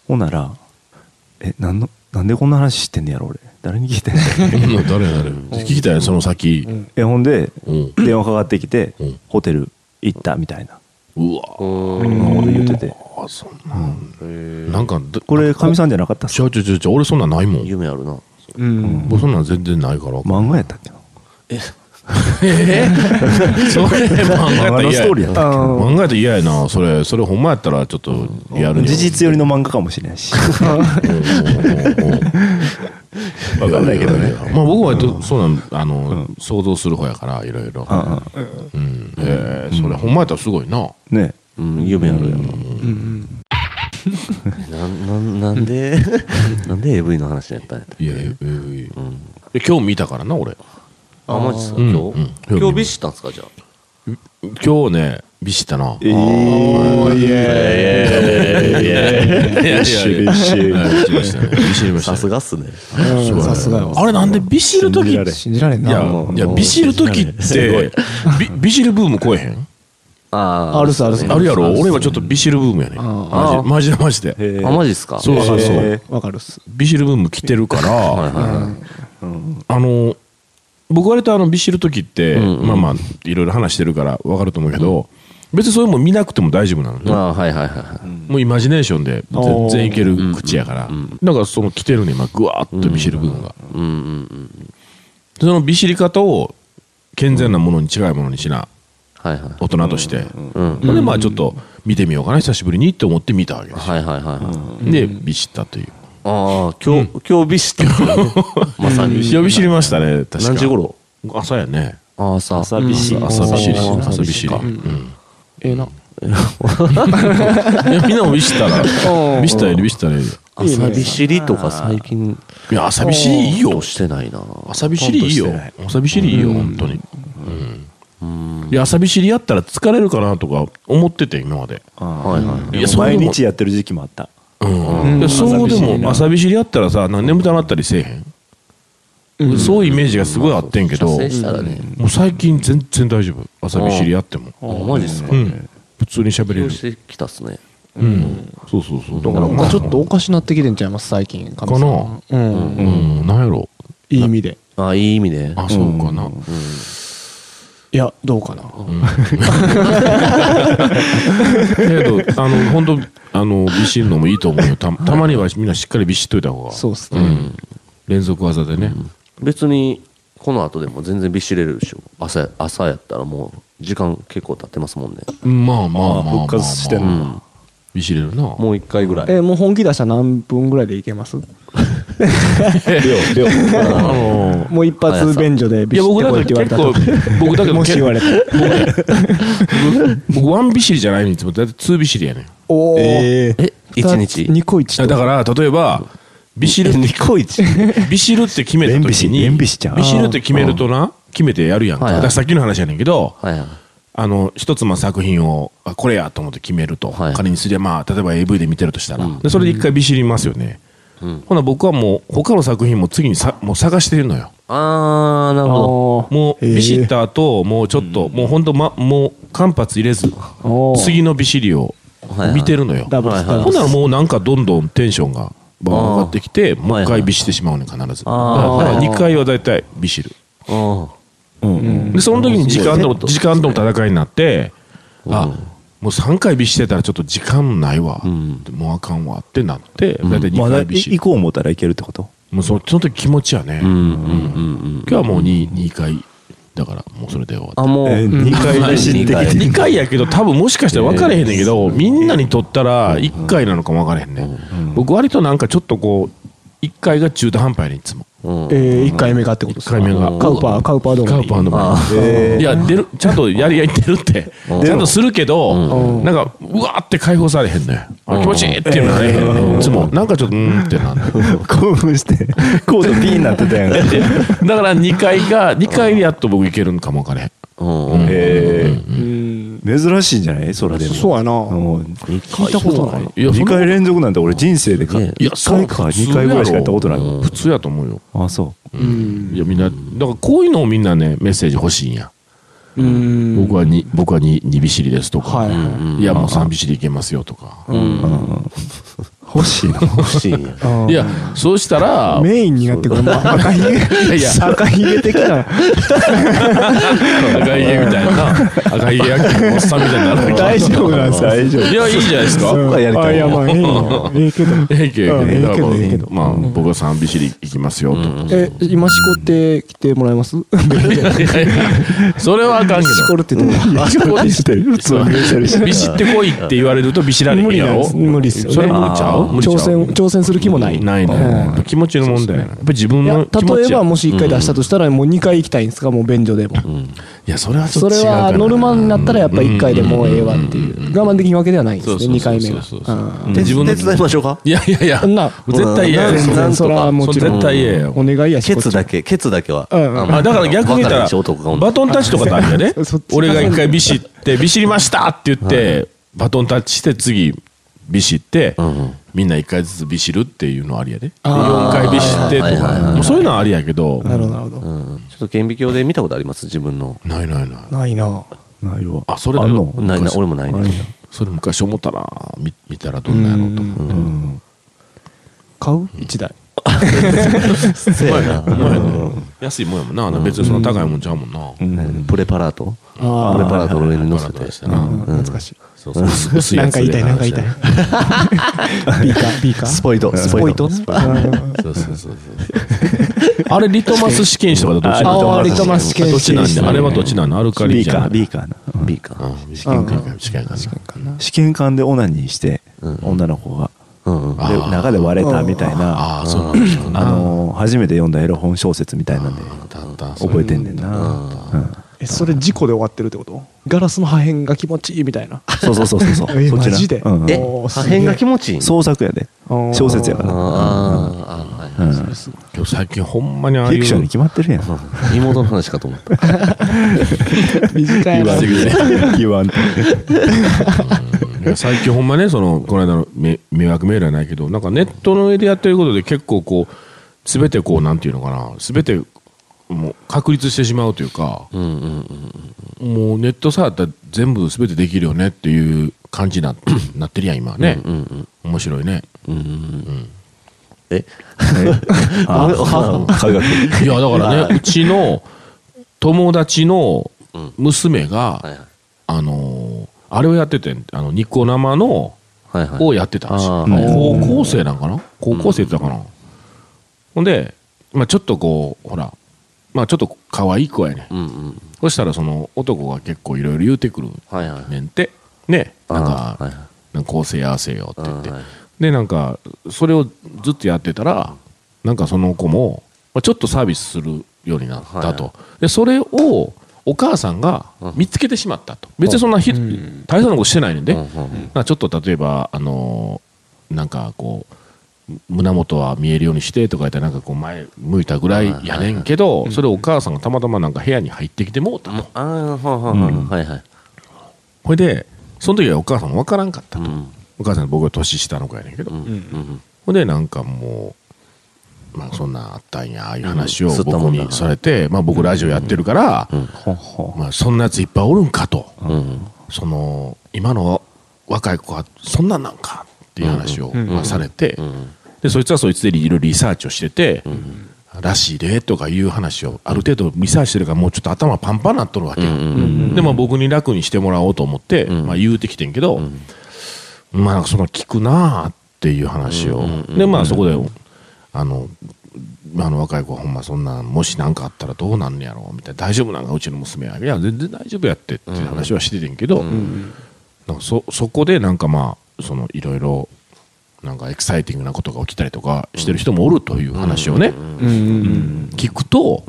Speaker 4: ほんなら「えなんのなんでこんな話知ってんねやろ俺誰に聞いてんね
Speaker 1: [laughs]
Speaker 4: ん」
Speaker 1: え。うん誰や誰や聞きたいよその先。
Speaker 4: えほんで
Speaker 1: うん
Speaker 4: 電話かかってきて
Speaker 1: うん
Speaker 4: ホテル行ったみたいな
Speaker 1: うわ。
Speaker 4: こと言ってて
Speaker 1: あ、そんなん。なんか、ど
Speaker 4: これかみさんじゃなかったっす
Speaker 1: ちょちょちょちょ、俺そんなんないもん。
Speaker 2: 夢あるな
Speaker 3: うん
Speaker 1: もうそんなん全然ないから。
Speaker 4: 漫画やったっけな
Speaker 1: それ漫画やった
Speaker 4: 漫
Speaker 1: ら
Speaker 4: 画のス
Speaker 1: 嫌や
Speaker 4: トーリーやったっ
Speaker 1: 漫画やったら嫌やなそれそれほんまやったらちょっとやる
Speaker 4: け
Speaker 1: よ
Speaker 4: 事実寄りの漫画かもしれんし
Speaker 1: 分かんないけどねまあ僕はどそうなんあの想像する方やからいろいろうんえーそれほんまやったらすごいな
Speaker 4: ね
Speaker 2: うん夢あるやろなんなんなんで [laughs] なんで AV の話やったんやった
Speaker 1: いやいやいやいやで今日見たからな俺
Speaker 2: あマジっすか
Speaker 1: うん
Speaker 2: 今
Speaker 1: うん
Speaker 2: 日
Speaker 1: 今日
Speaker 2: 今日ビシったんですかじゃあ
Speaker 1: 今日ねビシったな
Speaker 4: えー
Speaker 1: ビ
Speaker 4: シビシ
Speaker 1: ビシりました
Speaker 2: さ
Speaker 1: ね
Speaker 2: すがっすね
Speaker 3: うんさすがやわ
Speaker 1: あれなんでビシる時って
Speaker 3: 信じられん
Speaker 1: いや
Speaker 3: な、
Speaker 1: いや、ビシる時って、ビビシるブーム来えへん
Speaker 2: あー
Speaker 3: あるっすあるっす
Speaker 1: あるやろ俺はちょっとビシるブームやねん。マ
Speaker 2: あ
Speaker 1: ジマジでマジで。
Speaker 4: え
Speaker 2: あマジっすか
Speaker 1: そうそうそう。
Speaker 4: え
Speaker 3: わかるっす
Speaker 1: ビシるブーム来てるから、あの、僕割とあの、ビシる時って、まあまあ、いろいろ話してるからわかると思うけど、別にそういうもん見なくても大丈夫なの
Speaker 2: あ
Speaker 1: ね。
Speaker 2: ーはいはいはいはい
Speaker 1: もうイマジネーションで全然いける口やから。だからその来てるね、今、ぐわーっとビシるブームが。
Speaker 2: うんうんうん
Speaker 1: そのビシり方を健全なものに違いものにしな。
Speaker 2: はいはい
Speaker 1: 大人として、
Speaker 2: うん
Speaker 1: ほんでまあちょっと見てみようかな久しぶりにって思って見たわけですよ、
Speaker 2: はいはいはいはい
Speaker 1: でビシったという
Speaker 2: ああ今日今日ビシったんですねまさに
Speaker 1: 呼び知りましたね確か
Speaker 2: 何時頃
Speaker 1: 朝やね
Speaker 2: あー朝
Speaker 4: 朝ビシ
Speaker 1: 朝ビシり
Speaker 2: うん
Speaker 1: 朝ビシり
Speaker 2: う
Speaker 3: ええない
Speaker 1: やみんなもビシったらビシったらええビシったらええよ
Speaker 2: 朝ビシリとか最近
Speaker 1: いや朝ビシりいい
Speaker 2: ど
Speaker 1: よ
Speaker 2: うしてないな
Speaker 1: 朝ビシりいいよ
Speaker 4: ポンとして
Speaker 1: 朝ビシりいいよ本当にうんいや朝ビシりやったら疲れるかなとか思ってて今まで
Speaker 2: はい
Speaker 1: い
Speaker 2: はい
Speaker 4: い
Speaker 1: や
Speaker 4: や
Speaker 1: そういう
Speaker 4: 毎
Speaker 1: のも
Speaker 4: 日やってる時期もあった
Speaker 1: うんでそうでも朝びしりやったらさなんか眠たなったりせえへん、そういうイメージがすごいあってんけど、
Speaker 2: 射精したらね
Speaker 1: もう最近全然大丈夫朝びしりあっても
Speaker 2: あーマジっすか
Speaker 1: うん普通に喋れ
Speaker 2: 今
Speaker 1: る
Speaker 2: 日してきたっすね
Speaker 1: うんそうそうそうだから
Speaker 3: なん
Speaker 1: ま
Speaker 3: か
Speaker 1: あ
Speaker 3: ちょっとおかしなってきてんちゃいます最近か
Speaker 1: かな
Speaker 3: うん
Speaker 1: うんなんやろ
Speaker 3: いい意味で
Speaker 2: あいい意味で
Speaker 1: あそうかな、い
Speaker 3: いやどうかな
Speaker 1: けどあの本当あのビシるのもいいと思うよたたまにはみんなしっかりビシっといた方が
Speaker 3: そうっす
Speaker 1: う
Speaker 3: ね
Speaker 1: ん、連続技でね、
Speaker 2: 別にこの後でも全然びっしれるでしょ朝朝やったらもう時間結構経ってますもんね
Speaker 1: まあまあまあまあ、まあ、
Speaker 4: 復活してん
Speaker 2: う
Speaker 4: の
Speaker 2: ん
Speaker 1: ビシれるな
Speaker 2: もう一回ぐらい
Speaker 3: えもう本気出したら何分ぐらいでいけます
Speaker 5: 量量
Speaker 1: あの
Speaker 3: もう一発便所
Speaker 1: [laughs]
Speaker 3: で
Speaker 1: い
Speaker 3: ビ
Speaker 1: や
Speaker 3: シッ
Speaker 1: 僕
Speaker 3: て
Speaker 1: だ
Speaker 3: こい
Speaker 1: っ
Speaker 3: ってて
Speaker 1: 結
Speaker 3: 言われた
Speaker 1: 構
Speaker 3: と
Speaker 1: 僕だけど
Speaker 3: [laughs] もし言われたら
Speaker 1: 僕僕ワンビシリじゃないのいつもだいたいツービシリやねん
Speaker 3: おお
Speaker 4: え
Speaker 2: え一日
Speaker 3: 2個1
Speaker 1: あだから例えばビシる
Speaker 2: えニコイチ
Speaker 1: ビシるって決めた
Speaker 4: 連ビ
Speaker 1: 時
Speaker 4: シ
Speaker 1: に
Speaker 4: 連ビシちゃう
Speaker 1: ビシるって決めるとな決めてやるやんか,、
Speaker 2: はいはい
Speaker 1: だからさっきの話やねんけど
Speaker 2: はいはい
Speaker 1: あの一つまあ作品をあこれやと思って決めると、
Speaker 2: はい
Speaker 1: 仮にすりゃまあ例えば AV で見てるとしたら、でそれで一回ビシりますよね、ほな僕はもう他の作品も次にさもう探してるのよ
Speaker 2: あーなるほど
Speaker 3: お
Speaker 1: もう
Speaker 3: へえ
Speaker 1: ビシった後、もうちょっと、もう本当まもう間髪入れず
Speaker 3: おー
Speaker 1: 次のビシリを
Speaker 2: はいはい
Speaker 1: 見てるのよ、
Speaker 3: ダブルス
Speaker 2: は
Speaker 3: ダ
Speaker 2: い
Speaker 3: ブ
Speaker 1: ほ
Speaker 3: ル
Speaker 1: んな
Speaker 3: ス
Speaker 1: らもうなんかどんどんテンションが上がってきて、もう一
Speaker 2: はいはい
Speaker 1: 回ビシってしまうねん必ず。だ
Speaker 2: あー
Speaker 1: から2回は大体ビシる。
Speaker 2: うん
Speaker 1: で、その時に時間との、時間との戦いになって、あ、もう3回ビシってたらちょっと時間ないわ。もうあかんわってなって、大体
Speaker 4: ま
Speaker 1: 2
Speaker 4: だ
Speaker 1: 回
Speaker 4: い
Speaker 1: ビシる
Speaker 4: 行。こう思ったらいけるってこと
Speaker 1: もうそその時気持ちやね。今日はもう 2, 2回、だからもうそれで終わった
Speaker 2: あ。もう、
Speaker 4: えー二回
Speaker 2: はい
Speaker 4: ビシってき
Speaker 2: 二
Speaker 4: て
Speaker 2: 回
Speaker 1: 2回やけど多分もしかしたら分かれへんねんけど、みんなにとったら1回なのかも分かれへんね、ん、僕割となんかちょっとこう1回が中途半端やねんいつも
Speaker 2: うん
Speaker 3: え1回目がってことで
Speaker 1: 1
Speaker 3: すか
Speaker 1: 回目が
Speaker 3: カウパーカウパーどう
Speaker 1: カウパーの
Speaker 2: あ
Speaker 1: 前いや出るちゃんとやり合いに出るってちゃんとするけどなんかうわーって解放されへんのよあ気持ちいいっていうのはね、いつもなんかちょっとうーんってなんだ
Speaker 4: 興奮してコードピーになってたやんか
Speaker 1: だから2回が2回でやっと僕いけるんかも分かれへん
Speaker 2: うん
Speaker 4: え
Speaker 3: うん
Speaker 4: ー珍しいんじゃないそれでも
Speaker 3: そうやな
Speaker 4: うん
Speaker 3: 聞いたことない
Speaker 1: いやそん
Speaker 4: 2
Speaker 1: な
Speaker 4: 回連続なんて俺人生でか
Speaker 2: ね
Speaker 1: いや
Speaker 4: 一回か2回ぐらいしかやったことない
Speaker 1: 普通やと思うよ
Speaker 4: あそ
Speaker 1: いやみんなだからこういうのをみんなねメッセージ欲しいんや、
Speaker 3: うん
Speaker 1: 僕はに僕はに2びしりですとか、
Speaker 3: はい
Speaker 1: い、やもう3びしりいけますよとか、
Speaker 4: う欲しいな
Speaker 2: 欲しいんや
Speaker 3: うん
Speaker 1: いやそうしたら
Speaker 3: メインになってくるまあ赤ひ
Speaker 1: い [laughs] やい
Speaker 3: げ
Speaker 1: や
Speaker 3: 赤ひげ
Speaker 1: [laughs]
Speaker 3: 的な
Speaker 1: 赤い家みたいな
Speaker 3: [laughs]
Speaker 1: 赤い家野球のおっさんみたいになる
Speaker 3: 大丈夫なん [laughs] ですか
Speaker 4: 大丈夫
Speaker 1: いやいいじゃないですか
Speaker 4: そうやりたい
Speaker 3: あいやまあえ
Speaker 1: [laughs]
Speaker 3: えよええけど
Speaker 1: ええけど
Speaker 3: うんええけどええけど
Speaker 1: まあ僕は3びしりいきますよとか、
Speaker 3: え今しこって来てもらえます
Speaker 1: いやいやいやそれはあかんけど
Speaker 3: しこるって言っても
Speaker 1: あそこでして
Speaker 4: 普通に見せるし
Speaker 1: ビシってこいって言われるとビシられへんやろ
Speaker 3: [laughs] 無理っすよね
Speaker 1: それ無理ちゃう無理ちゃう
Speaker 3: 挑戦挑戦する気もない
Speaker 1: ないね、
Speaker 3: う
Speaker 1: 気持ちの問題やなやっぱり自分
Speaker 3: い
Speaker 1: の
Speaker 3: や
Speaker 1: 気持ち
Speaker 3: 例え
Speaker 1: や
Speaker 3: ばもし1回出したとしたらもう2回行きたいんですかもう便所でも
Speaker 1: いやそれはちょ
Speaker 3: そ
Speaker 1: っと違
Speaker 3: れ
Speaker 1: うか
Speaker 3: は
Speaker 1: な
Speaker 3: ノルマになったらやっぱ1回でもうええわっていう我慢できんわけではないんで
Speaker 1: そう
Speaker 3: す
Speaker 1: そう
Speaker 3: ね
Speaker 1: そう
Speaker 3: 2
Speaker 1: そう
Speaker 3: 回目が
Speaker 1: そうそうそう
Speaker 3: うん
Speaker 1: 自分の
Speaker 2: 手伝いましょうか
Speaker 1: いやいやいや
Speaker 3: そんな
Speaker 1: 絶対嫌や
Speaker 3: 全然
Speaker 1: そ
Speaker 3: それはもち
Speaker 1: そ
Speaker 3: ろ
Speaker 1: れ
Speaker 3: ん
Speaker 1: 絶対嫌やよ
Speaker 3: お願いやし
Speaker 2: ケツ
Speaker 3: こっ
Speaker 2: だけケツだけは
Speaker 3: うんうん
Speaker 1: あだから逆に言った
Speaker 2: 若いし男が
Speaker 1: ら
Speaker 2: 女
Speaker 1: バトンタッチとかだよね
Speaker 3: そっち
Speaker 1: 俺が一回ビシってビシりましたって言ってバトンタッチして次ビシってみんな一回ずつビシるっていうのありやで4回ビシってと
Speaker 2: はいはいはいは
Speaker 1: か
Speaker 2: い
Speaker 1: もうそういうのはありやけど
Speaker 3: ちなるほどなるほど
Speaker 2: ちょっと顕微鏡で見たことあります自分の
Speaker 1: ないないない
Speaker 3: ないな
Speaker 4: ないわ
Speaker 1: あそれだ
Speaker 4: あんの
Speaker 2: ないな俺もないね
Speaker 1: それ昔思ったな見見たらどんなやろうと思って
Speaker 3: 買う1台
Speaker 2: そうやな
Speaker 1: お前ね安いもんやもんなあの別にそんな高いもんちゃうもんな
Speaker 2: うんプレパラート
Speaker 3: あ
Speaker 2: プレパラートの上に乗せ
Speaker 1: パラパラして
Speaker 2: て
Speaker 1: な
Speaker 3: うん懐かしい
Speaker 1: そうそう薄薄い
Speaker 3: な
Speaker 1: や
Speaker 3: ん
Speaker 1: つ
Speaker 3: か
Speaker 1: で
Speaker 3: 言いたいなんか言いたい [laughs] ビーカービーカー
Speaker 2: スポイトスポイト
Speaker 1: そうそうそうそう。あれ、リトマス試験紙とかだとどっち
Speaker 3: あーリトマス試験紙
Speaker 1: どっちなんで、あれはどっちなんで、アルカリ
Speaker 4: B
Speaker 1: じゃな
Speaker 4: か
Speaker 1: い。
Speaker 4: B かなうん
Speaker 2: ビーカー
Speaker 1: うん試験管試験管
Speaker 4: 試験管でオナニーして女の子が
Speaker 2: うんうん
Speaker 1: あ
Speaker 4: で
Speaker 1: ー
Speaker 4: 中で割れたみたいな
Speaker 1: ああ、そうなんでしょうな。
Speaker 4: あのー初めて読んだエロ本小説みたいなんで覚えてんねんな
Speaker 3: えそれ事故で終わってるってことガラスの破片が気持ちいいみたいな
Speaker 4: そうそうそうそうそう
Speaker 3: え
Speaker 4: そっち
Speaker 3: マ
Speaker 4: な
Speaker 3: ジで
Speaker 4: うん
Speaker 2: え
Speaker 3: お
Speaker 2: 破
Speaker 3: ーすげえ
Speaker 2: 片が気持ちいい
Speaker 4: 創作やで
Speaker 3: おー
Speaker 4: 小説やか
Speaker 2: あー
Speaker 4: ら
Speaker 2: あーあーはいはい
Speaker 1: 今日最近ほんまにああ
Speaker 4: フ
Speaker 1: い
Speaker 4: ィ
Speaker 1: う。
Speaker 4: クションに決まってるやん
Speaker 2: 妹の話かと思 [laughs] った
Speaker 3: 短い
Speaker 1: 言
Speaker 3: な
Speaker 1: わんと [laughs]
Speaker 4: 言わんと
Speaker 1: いや最近ほんまね、その、この間のめ迷惑メールはないけど、なんかネットの上でやってることで結構こう、すべてこう、なんていうのかな、すべて、もう確立してしまうというか、もうネットさあったら全部すべてできるよねっていう感じななってるやん、今ね。面白いね。
Speaker 2: え
Speaker 4: あ科学
Speaker 2: [laughs]
Speaker 1: いやだからねうちの友達の
Speaker 2: うん
Speaker 1: 娘が、
Speaker 2: はいはい
Speaker 1: あのーあれをやっててあのニコ生の
Speaker 2: はいはい
Speaker 1: をやってたんですよ
Speaker 2: あー
Speaker 1: 高校生なんかな高校生だったかな、ほんで、まあ、ちょっとこうほらまあちょっと可愛い子やね、
Speaker 2: うんうん
Speaker 1: そしたらその男が結構いろいろ言うてくる
Speaker 2: はいはい
Speaker 1: ねんてねなんか
Speaker 2: あーはいはい
Speaker 1: なんかこうせいやああせいよって言って、
Speaker 2: うんはい
Speaker 1: でなんかそれをずっとやってたらなんかその子もまあちょっとサービスするようになったと、
Speaker 2: は
Speaker 1: でそれをお母さんが見つけてしまったと、別にそんなひ、大層なことしてないねんで、
Speaker 2: うんうんうん
Speaker 1: なんかちょっと例えばあのーなんかこう胸元は見えるようにしてとか言ったらなんかこう前向いたぐらいやねんけど、それをお母さんがたまたまなんか部屋に入ってきてもうたと、
Speaker 2: ああはあはあはあはいはい
Speaker 1: ほいでその時はお母さんも分からんかった
Speaker 2: う
Speaker 1: と、
Speaker 2: ん
Speaker 1: お母さん僕は年下の子やねんけど、
Speaker 2: うんうん
Speaker 1: ほんでなんかもう、まあ、そんなんあったんやああいう話を
Speaker 2: うん吸った
Speaker 1: 僕
Speaker 2: もんだ
Speaker 1: にされて、まあ、僕ラジオやってるから、
Speaker 4: ほんほ
Speaker 1: まあ、そんなやついっぱいおるんかと、
Speaker 2: うんうん
Speaker 1: その今の若い子はそんなんなんかっていう話を、まあ、されて、
Speaker 2: うん
Speaker 1: でそいつはそいつでいろいろリサーチをしてて、らしいでとかいう話をある程度リサーチしてるからもうちょっと頭パンパンなっとるわけよ、でまあ僕に楽にしてもらおうと思って、まあ、言うてきてんけど、まあなんかその聞くなあっていう話を、でまあそこであのあの若い子はほんまそんなんもし何かあったらどうなんねやろうみたいな大丈夫なんかうちの娘はいや全然大丈夫やってっていう話はしててんけど、なんかそそこでなんかまあそのいろいろなんかエキサイティングなことが起きたりとかしてる人もおるという話をね、うん聞くと、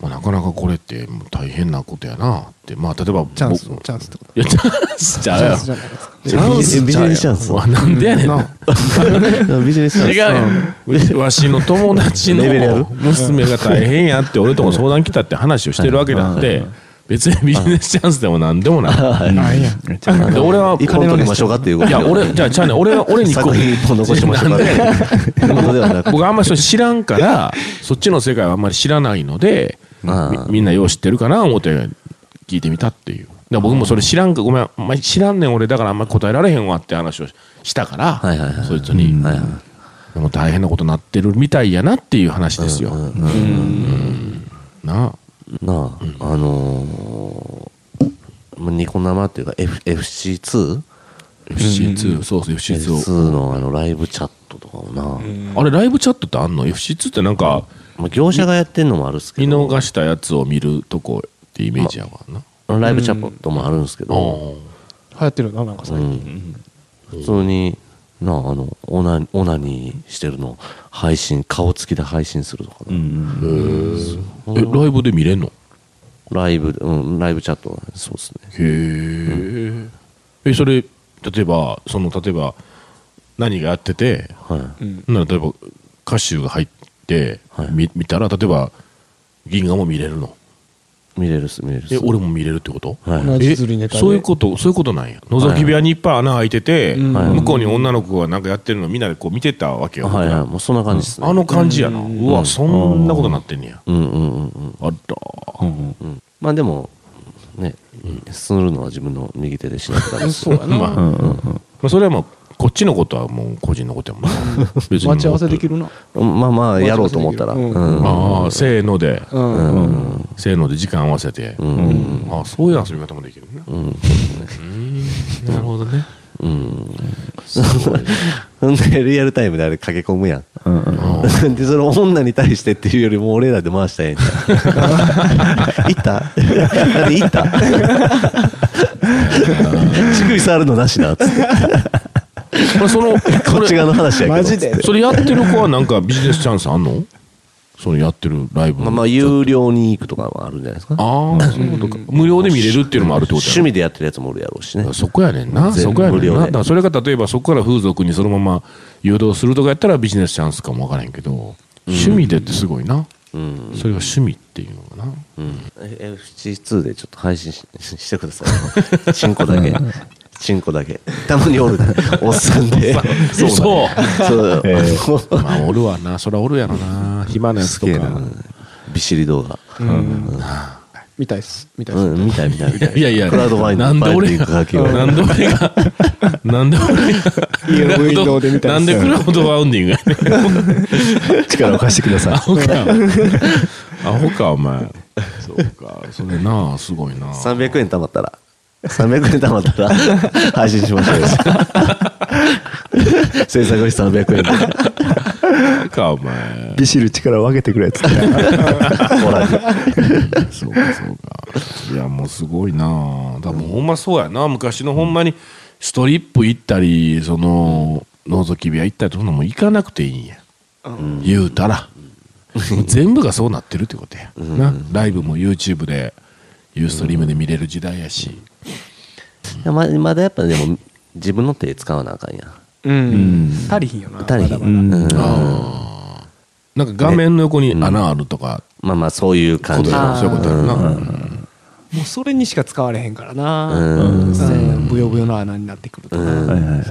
Speaker 1: まあ、なかなかこれってもう大変なことやなってまあ例えば
Speaker 3: チャンス、チ
Speaker 1: 僕
Speaker 3: ャンスってこと
Speaker 1: いやチャンスち
Speaker 3: チ
Speaker 1: ゃう
Speaker 3: ャ
Speaker 1: や
Speaker 3: ンスじゃないですか。
Speaker 2: ビジネスビジネスチャンス
Speaker 1: ろあなんでやねんな
Speaker 3: な
Speaker 2: ビジネスチャンス
Speaker 1: 違うやんわしの友達の
Speaker 2: レベルやろ
Speaker 1: 娘が大変やって俺とも相談来たって話をしてるわけなんで別にビジネスチャンスでも何でもない
Speaker 3: なんや。
Speaker 1: で俺は
Speaker 2: 一本取りましょうかっていうこと
Speaker 1: いや俺じゃあちゃうねん俺は俺にこう
Speaker 2: 作品一本残しましょう
Speaker 1: な
Speaker 2: か
Speaker 1: んで
Speaker 2: っていうことではなく
Speaker 1: 僕あんまりそれ知らんからそっちの世界はあんまり知らないので
Speaker 2: あ
Speaker 1: み
Speaker 2: あ
Speaker 1: みんなよう知ってるかな思って聞いてみたっていうだから僕もそれ知らんかごめんあんまり知らんねん俺だからあんまり答えられへんわって話をしたから、
Speaker 2: はいはいはい
Speaker 1: そいつに、
Speaker 2: はいはい
Speaker 1: でも大変なことなってるみたいやなっていう話ですよ、なあ
Speaker 2: なあ、あのーまあニコ生っていうか、F、FC2?2
Speaker 1: FC2 そうそう FC2
Speaker 2: のあのライブチャットとかもな、
Speaker 1: あれライブチャットってあんの FC2 ってなんか
Speaker 2: まあ、業者がやってんのもあるんですけ
Speaker 1: 見
Speaker 2: ど、
Speaker 1: 逃したやつを見るとこってイメージやわな、
Speaker 2: ライブチャットもあるんですけ
Speaker 1: あ
Speaker 2: ど、
Speaker 1: ー
Speaker 3: 流行ってるな、なんか最近。
Speaker 2: 普通に、なあ、あの、オナオナニーしてるの、配信、顔つきで配信するとかな、
Speaker 1: えライブで見れんの
Speaker 2: ライブで、うん、ライブチャットはそうですね。
Speaker 1: へえ、えそれ例えばその例えば何がやってて、
Speaker 2: はい。
Speaker 1: なら例えば歌手が入って、
Speaker 2: はい
Speaker 1: み見たら例えば銀河も見れるの
Speaker 2: 見れるっす、見れるっす。
Speaker 1: え俺も見れるってこと、
Speaker 2: はい
Speaker 3: 同じ
Speaker 1: え
Speaker 3: 釣りネタで。
Speaker 1: そういうことそういうことなんや覗き部屋にいっぱい穴開いてて、
Speaker 2: はい
Speaker 1: 向こうに女の子がなんかやってるのみんなでこう見てたわけよ、
Speaker 2: はいはい、もうそんな感じですね。
Speaker 1: あの感じやな、うわそんなことなってんねや、
Speaker 2: うんうんうんうん。
Speaker 1: あった
Speaker 4: うんうん
Speaker 2: まあでも、ね、するのは自分の右手でしなきゃダメです
Speaker 3: そうやな。
Speaker 1: まあまあそれはまあこっちのことはもう個人のことやもんな
Speaker 2: [laughs]
Speaker 1: 別もう
Speaker 3: 待ち合わせできるな。
Speaker 2: まあまあ、やろうと思ったら。
Speaker 3: うん
Speaker 2: うん
Speaker 1: ああせーので、
Speaker 3: うん。
Speaker 1: せーので時間合わせて、あそういう遊び方もできるね、うーんなるほどね
Speaker 2: [laughs] ほんで、リアルタイムであれ駆け込むや
Speaker 4: うんうん
Speaker 2: ん。で、その女に対してっていうよりも、俺らで回したらええんちゃう行ったあれ行った乳首触るのなしな、つって。
Speaker 1: これそ
Speaker 2: [laughs]
Speaker 1: の
Speaker 2: こっち側の話やけど。
Speaker 3: マジで
Speaker 2: つって
Speaker 1: それやってる子はなんかビジネスチャンスあんのそのやってるライブ
Speaker 2: まあまあ、有料に行くとかはあるんじゃないですか。
Speaker 1: ああそういうことか無料で見れるっていうのもあるってことや
Speaker 2: 趣味でやってるやつもおるやろうしね。
Speaker 1: そこやねんな
Speaker 2: 全
Speaker 1: そ
Speaker 2: 部
Speaker 1: こやね
Speaker 2: 無
Speaker 1: ん
Speaker 2: 料
Speaker 1: なだ
Speaker 2: で
Speaker 1: からそれが例えばそこから風俗にそのまま誘導するとかやったらビジネスチャンスかもわからへんけど、趣味でってすごいな、
Speaker 2: うん。
Speaker 1: それが趣味っていうのかな、
Speaker 2: FC2 でちょっと配信しししてください。 [laughs] チンコだけ。チンコだけ。たまにおる。
Speaker 1: [laughs]
Speaker 2: おっさんで。
Speaker 1: そうそう
Speaker 2: そう。
Speaker 1: まあおるわなそらおるやろな暇なやつ
Speaker 2: す
Speaker 1: と
Speaker 2: げえ
Speaker 1: か
Speaker 2: な。ビシリ動画。
Speaker 3: みたいっす。みたいっす。
Speaker 2: うん、みたいみたいみたい。
Speaker 1: いやいや、
Speaker 2: クラウドファインディ
Speaker 1: な
Speaker 2: ン
Speaker 1: ん
Speaker 2: グ
Speaker 1: で俺
Speaker 2: バ
Speaker 1: が、な
Speaker 2: イ
Speaker 1: ん
Speaker 2: ト
Speaker 1: で
Speaker 2: リング
Speaker 1: 俺が、なんで俺が、
Speaker 3: 家のウィンドウで見た
Speaker 1: な
Speaker 3: り
Speaker 1: ん
Speaker 3: す
Speaker 1: で
Speaker 3: る
Speaker 1: クラウドファウンディングやねん
Speaker 4: 力を貸してください
Speaker 1: アホか。アホか、お前。そうそうか、それなあ、すごいなあ。
Speaker 2: 300円貯まったら、300円貯
Speaker 4: [laughs]
Speaker 2: まったら、配信しましょうよ。制作費300円で。
Speaker 1: 円か、お前。
Speaker 5: ビシる力を分けてくれっつ
Speaker 4: [laughs]
Speaker 5: って。
Speaker 2: ほら、
Speaker 1: そうか、そうか。いや、もうすごいなあ。だからもうほんまそうやな。昔のほんまに、ストリップ行ったり、その、覗き部屋行ったりとか、そんなもん行かなくていいんや。言うたら。もう全部がそうなってるってことや。な。ライブも YouTube で、ユーストリームで見れる時代やし。
Speaker 2: ままだやっぱでも、自分の手使わなあかんや。
Speaker 3: うん。足りひんよな。
Speaker 2: 足りひん
Speaker 3: まだまだ
Speaker 1: なんか画面の横に穴あるとか、
Speaker 2: まあまあ、そういう
Speaker 1: こ
Speaker 2: 感
Speaker 1: と
Speaker 2: じ
Speaker 1: や
Speaker 2: の
Speaker 1: ろそういうことやろな。
Speaker 3: もうそれにしか使われへんからな。
Speaker 2: うん
Speaker 3: うんぶよぶよの穴になってくるとな。
Speaker 4: はいはいはい
Speaker 3: もっ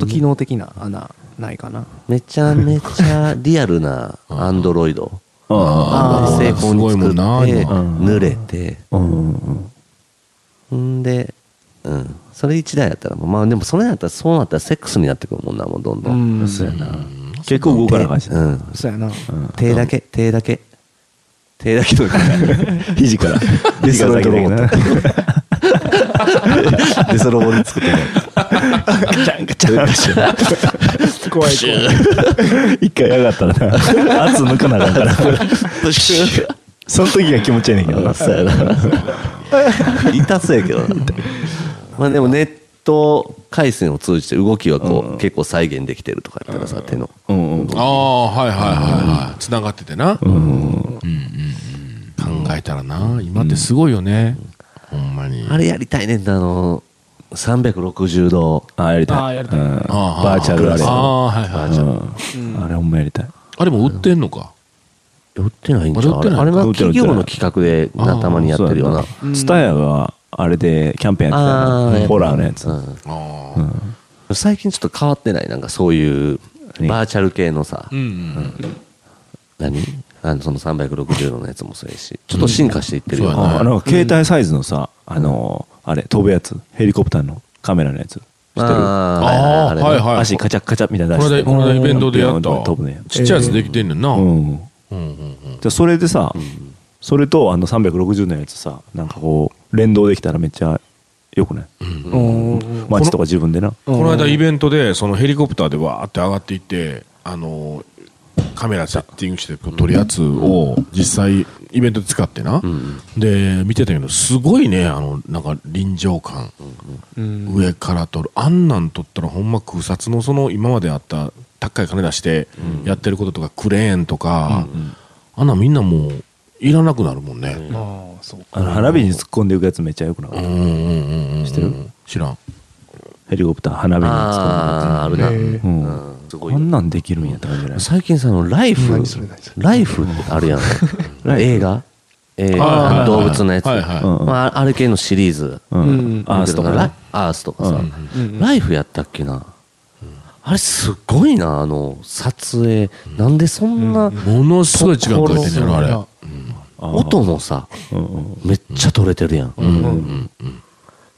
Speaker 3: と機能的な穴ないかな。
Speaker 2: めちゃめちゃリアルなアンドロイド。
Speaker 3: あ
Speaker 4: あ
Speaker 3: ー
Speaker 2: 成功に
Speaker 1: すごい
Speaker 2: 作
Speaker 1: も
Speaker 2: っ
Speaker 1: ん
Speaker 2: て、
Speaker 1: な今
Speaker 2: 濡れて。
Speaker 4: あうんうん
Speaker 2: んで、うん、それ一台やったらもうまあでもそれやったらそうなったらセックスになってくるもんなもうどんど、
Speaker 3: うんん。
Speaker 4: そうやな結構動かなあかんし
Speaker 2: う、
Speaker 4: なん
Speaker 3: そうやな。
Speaker 2: 手だけ手だけ手だけとか肘から
Speaker 4: デスロイド [laughs] ロボット
Speaker 2: でその棒に作ってねガチャンガチャン
Speaker 3: 怖い怖い。
Speaker 4: 一回やがったらな圧抜かなあかんから
Speaker 2: プシュッ
Speaker 4: その時が気持ちいいねんけどな
Speaker 2: そうやな [laughs] 痛そうやけどなまあでもネット回線を通じて動きはこう、結構再現できてるとかやったらさ、手の
Speaker 4: うんうん
Speaker 1: ああはいはいはいはいつながっててなうんうんうん考えたらな今ってすごいよねほんまに
Speaker 2: あれやりたいねんなあの360度
Speaker 4: ああやりたい
Speaker 3: ああやりたい
Speaker 4: うん
Speaker 1: ああ
Speaker 4: バーチャル
Speaker 1: あ
Speaker 4: あれ
Speaker 1: ああはいはいはい
Speaker 4: うんあれほんまやりたい
Speaker 1: あれも売ってんのか
Speaker 2: 売ってないんじゃう
Speaker 1: まだ売
Speaker 2: あ
Speaker 1: って
Speaker 2: れ
Speaker 1: ない
Speaker 2: あれは
Speaker 4: 売ってない
Speaker 2: 企業の企画でなたまにやってるような
Speaker 4: ツタヤがあれでキャンペーンやってた
Speaker 2: あ
Speaker 4: よなホラーのやつ
Speaker 2: う
Speaker 1: ああ
Speaker 2: ん最近ちょっと変わってないなんかそういう
Speaker 4: ね
Speaker 2: バーチャル系のさ
Speaker 1: うんうん
Speaker 2: 何あのその360度のやつもそうやしちょっと進化していってるよ
Speaker 1: うん
Speaker 2: う
Speaker 1: そうや
Speaker 2: な
Speaker 4: あなんか携帯サイズのさあのあれ飛ぶやつヘリコプターのカメラのやつ知ってる
Speaker 2: あー
Speaker 1: あーはいはい
Speaker 2: あれね
Speaker 4: 足カチャカチャみたいな
Speaker 1: こ
Speaker 4: 出
Speaker 1: れ
Speaker 4: して
Speaker 1: でこれでイベントでやっ
Speaker 4: ピョン
Speaker 1: た
Speaker 4: って飛ぶね
Speaker 1: ちっちゃいやつできてんねんなう
Speaker 4: うんん
Speaker 1: うん
Speaker 4: じゃあそれでさそれとあの360のやつさなんかこう連動できたらめっちゃよくない
Speaker 3: うん
Speaker 4: 街とか自分でな
Speaker 1: この間イベントでそのヘリコプターでわーって上がっていってあのカメラセッティングして撮るやつを実際イベントで使ってな、で見てたけどすごいねあのなんか臨場感、上から撮るあんなん撮ったらほんま空撮のその今まであった高い金出してやってることとかクレーンとか、あんなんみんなもういらなくなるもんね、
Speaker 3: ああ、そうか。
Speaker 4: あの花火に突っ込んでいくやつめっちゃよくなかった
Speaker 1: うんうんうんうんうん
Speaker 4: 知ってる
Speaker 1: 知らん
Speaker 4: ヘリコプター花火に
Speaker 2: あーあ
Speaker 4: 突っ込んでいくや
Speaker 2: るな
Speaker 3: へー
Speaker 4: つうん
Speaker 2: うんすごい
Speaker 4: こんなんできるんやった感じない
Speaker 2: 最近さあのライフ
Speaker 3: 何それ何それ
Speaker 2: ライフってあるやん映画映
Speaker 1: はいはいは
Speaker 2: 画
Speaker 1: い
Speaker 2: 動物のやつ
Speaker 1: はいはい
Speaker 4: うん
Speaker 2: まああれ系のシリーズ
Speaker 4: うん
Speaker 3: うん
Speaker 4: アースとか
Speaker 2: ライ
Speaker 4: ね
Speaker 2: アースとかさ、
Speaker 3: うんうん
Speaker 2: ライフやったっけな、あれすごいなあの撮影、なんでそんな、
Speaker 1: ものすごい時間かけてんねやろあれ
Speaker 3: そう
Speaker 2: 音もさ
Speaker 4: うんうん
Speaker 2: めっちゃ撮れてるやん、
Speaker 1: うんうんうん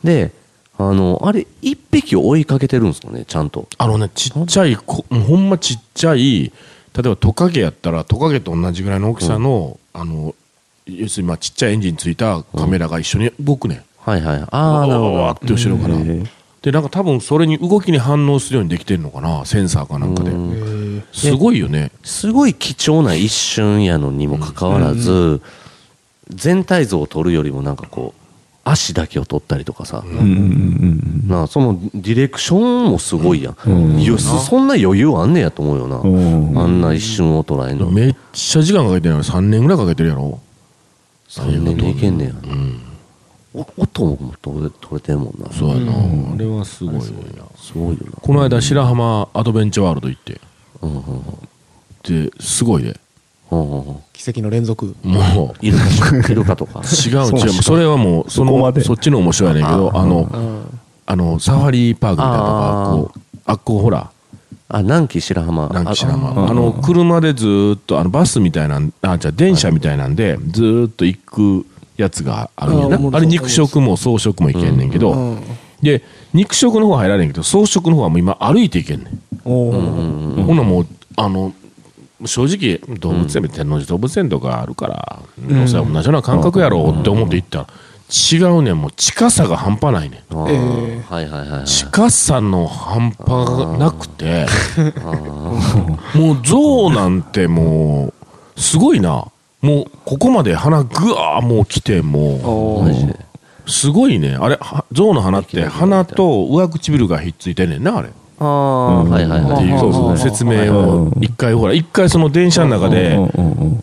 Speaker 2: であのあれ一匹追いかけてるんですよねちゃんと
Speaker 1: あのね、ちっちゃいこ、もうほんまちっちゃい、例えばトカゲやったら、トカゲと同じぐらいの大きさの、あの、要するにまあちっちゃいエンジンついたカメラが一緒に動くねん。
Speaker 2: はいはいああなるほ
Speaker 1: わー
Speaker 2: ど
Speaker 1: って後ろから。で、なんか多分それに動きに反応するようにできてるのかな、センサーかなんかで。すごいよね。
Speaker 2: すごい貴重な一瞬やのにもかかわらず、全体像を撮るよりもなんかこう足だけを撮ったりとかさ、
Speaker 4: うんうんうん
Speaker 2: なあそのディレクションもすごいやん、いやそそんな余裕あんねやと思うよな、
Speaker 4: うんうん
Speaker 2: あんな一瞬を捉えんの、
Speaker 1: めっちゃ時間かけてるやろ、3年ぐらいかけてるやろ。
Speaker 2: 3年でいけんねや、お音も取れ取れてんもんな
Speaker 1: そうやな。あれはすごいわ
Speaker 2: すごいよ
Speaker 1: この間、白浜アドベンチャーワールド行って。
Speaker 2: なうんうんうん
Speaker 1: で、すごいで。
Speaker 2: うんうんうん
Speaker 3: 奇跡の連続。
Speaker 1: もう。
Speaker 2: イルカイルカとか
Speaker 1: 違う違うもうそれはもうそ
Speaker 4: そこま
Speaker 1: の
Speaker 4: で
Speaker 1: そっちの面白いねんけどあ
Speaker 3: う
Speaker 1: の
Speaker 3: ん。
Speaker 1: あのサファリパークみたいなとかこうあっこうほら
Speaker 2: あ南紀白浜
Speaker 1: なんか知らんわ
Speaker 4: あ
Speaker 1: あの車でずーっとあのバスみたいなんあじゃあ電車みたいなんでずーっと行くやつがあるんや
Speaker 3: あー
Speaker 1: なあれ肉食も草食も行けんねんけ
Speaker 3: うん
Speaker 1: どで肉食の方は入られんけど草食の方はもう今歩いて行けんねん
Speaker 3: おお。
Speaker 1: ほなもうあの正直動物園、天王寺動物園とかあるから、どうせ同じような感覚やろうって思って行ったら、違うねんもう近さが半端ないねん
Speaker 2: あーはいはいはいはい。
Speaker 1: 近さの半端がなくてもう象なんてもうすごいなもうここまで鼻ぐわーもう来ても
Speaker 2: マジで
Speaker 1: うすごいねあれは象の鼻って鼻と上唇がひっついてんねんなあれっ
Speaker 2: ああ、はいはいは
Speaker 1: てい
Speaker 2: い。
Speaker 1: う説明を一回ほら一回その電車の中で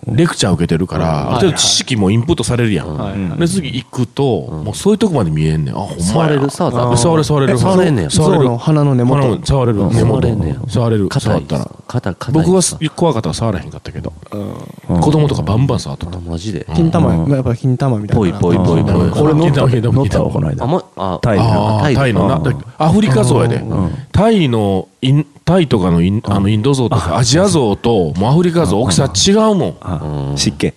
Speaker 1: レクチャー受けてるからある程度知識もインプットされるやんで次行くともうそういうとこまで見えんねんあほんま
Speaker 2: 触れ
Speaker 1: や
Speaker 2: る触った
Speaker 1: 触れる触れる
Speaker 2: 触れんねや
Speaker 1: 触れる
Speaker 3: 象の鼻の根元
Speaker 1: 鼻触れる根
Speaker 2: 触れんねや
Speaker 1: 元触れる触
Speaker 2: 硬い
Speaker 1: ったら
Speaker 2: 硬い硬い
Speaker 1: 僕はす怖かったから触らへんかったけど子供とかバンバン触っとった
Speaker 2: あマジで
Speaker 3: 金玉やっぱ金玉みたいな
Speaker 2: ぽいぽいぽいぽい
Speaker 1: 俺乗った
Speaker 4: 乗ったわこの間
Speaker 2: あまあ
Speaker 4: タイの
Speaker 1: ああータイのなアフリカゾウやでタイのインタイとかのインあのインドゾウとかアジアゾウともうアフリカゾウ大きさ違うもん
Speaker 4: あ湿気
Speaker 1: いや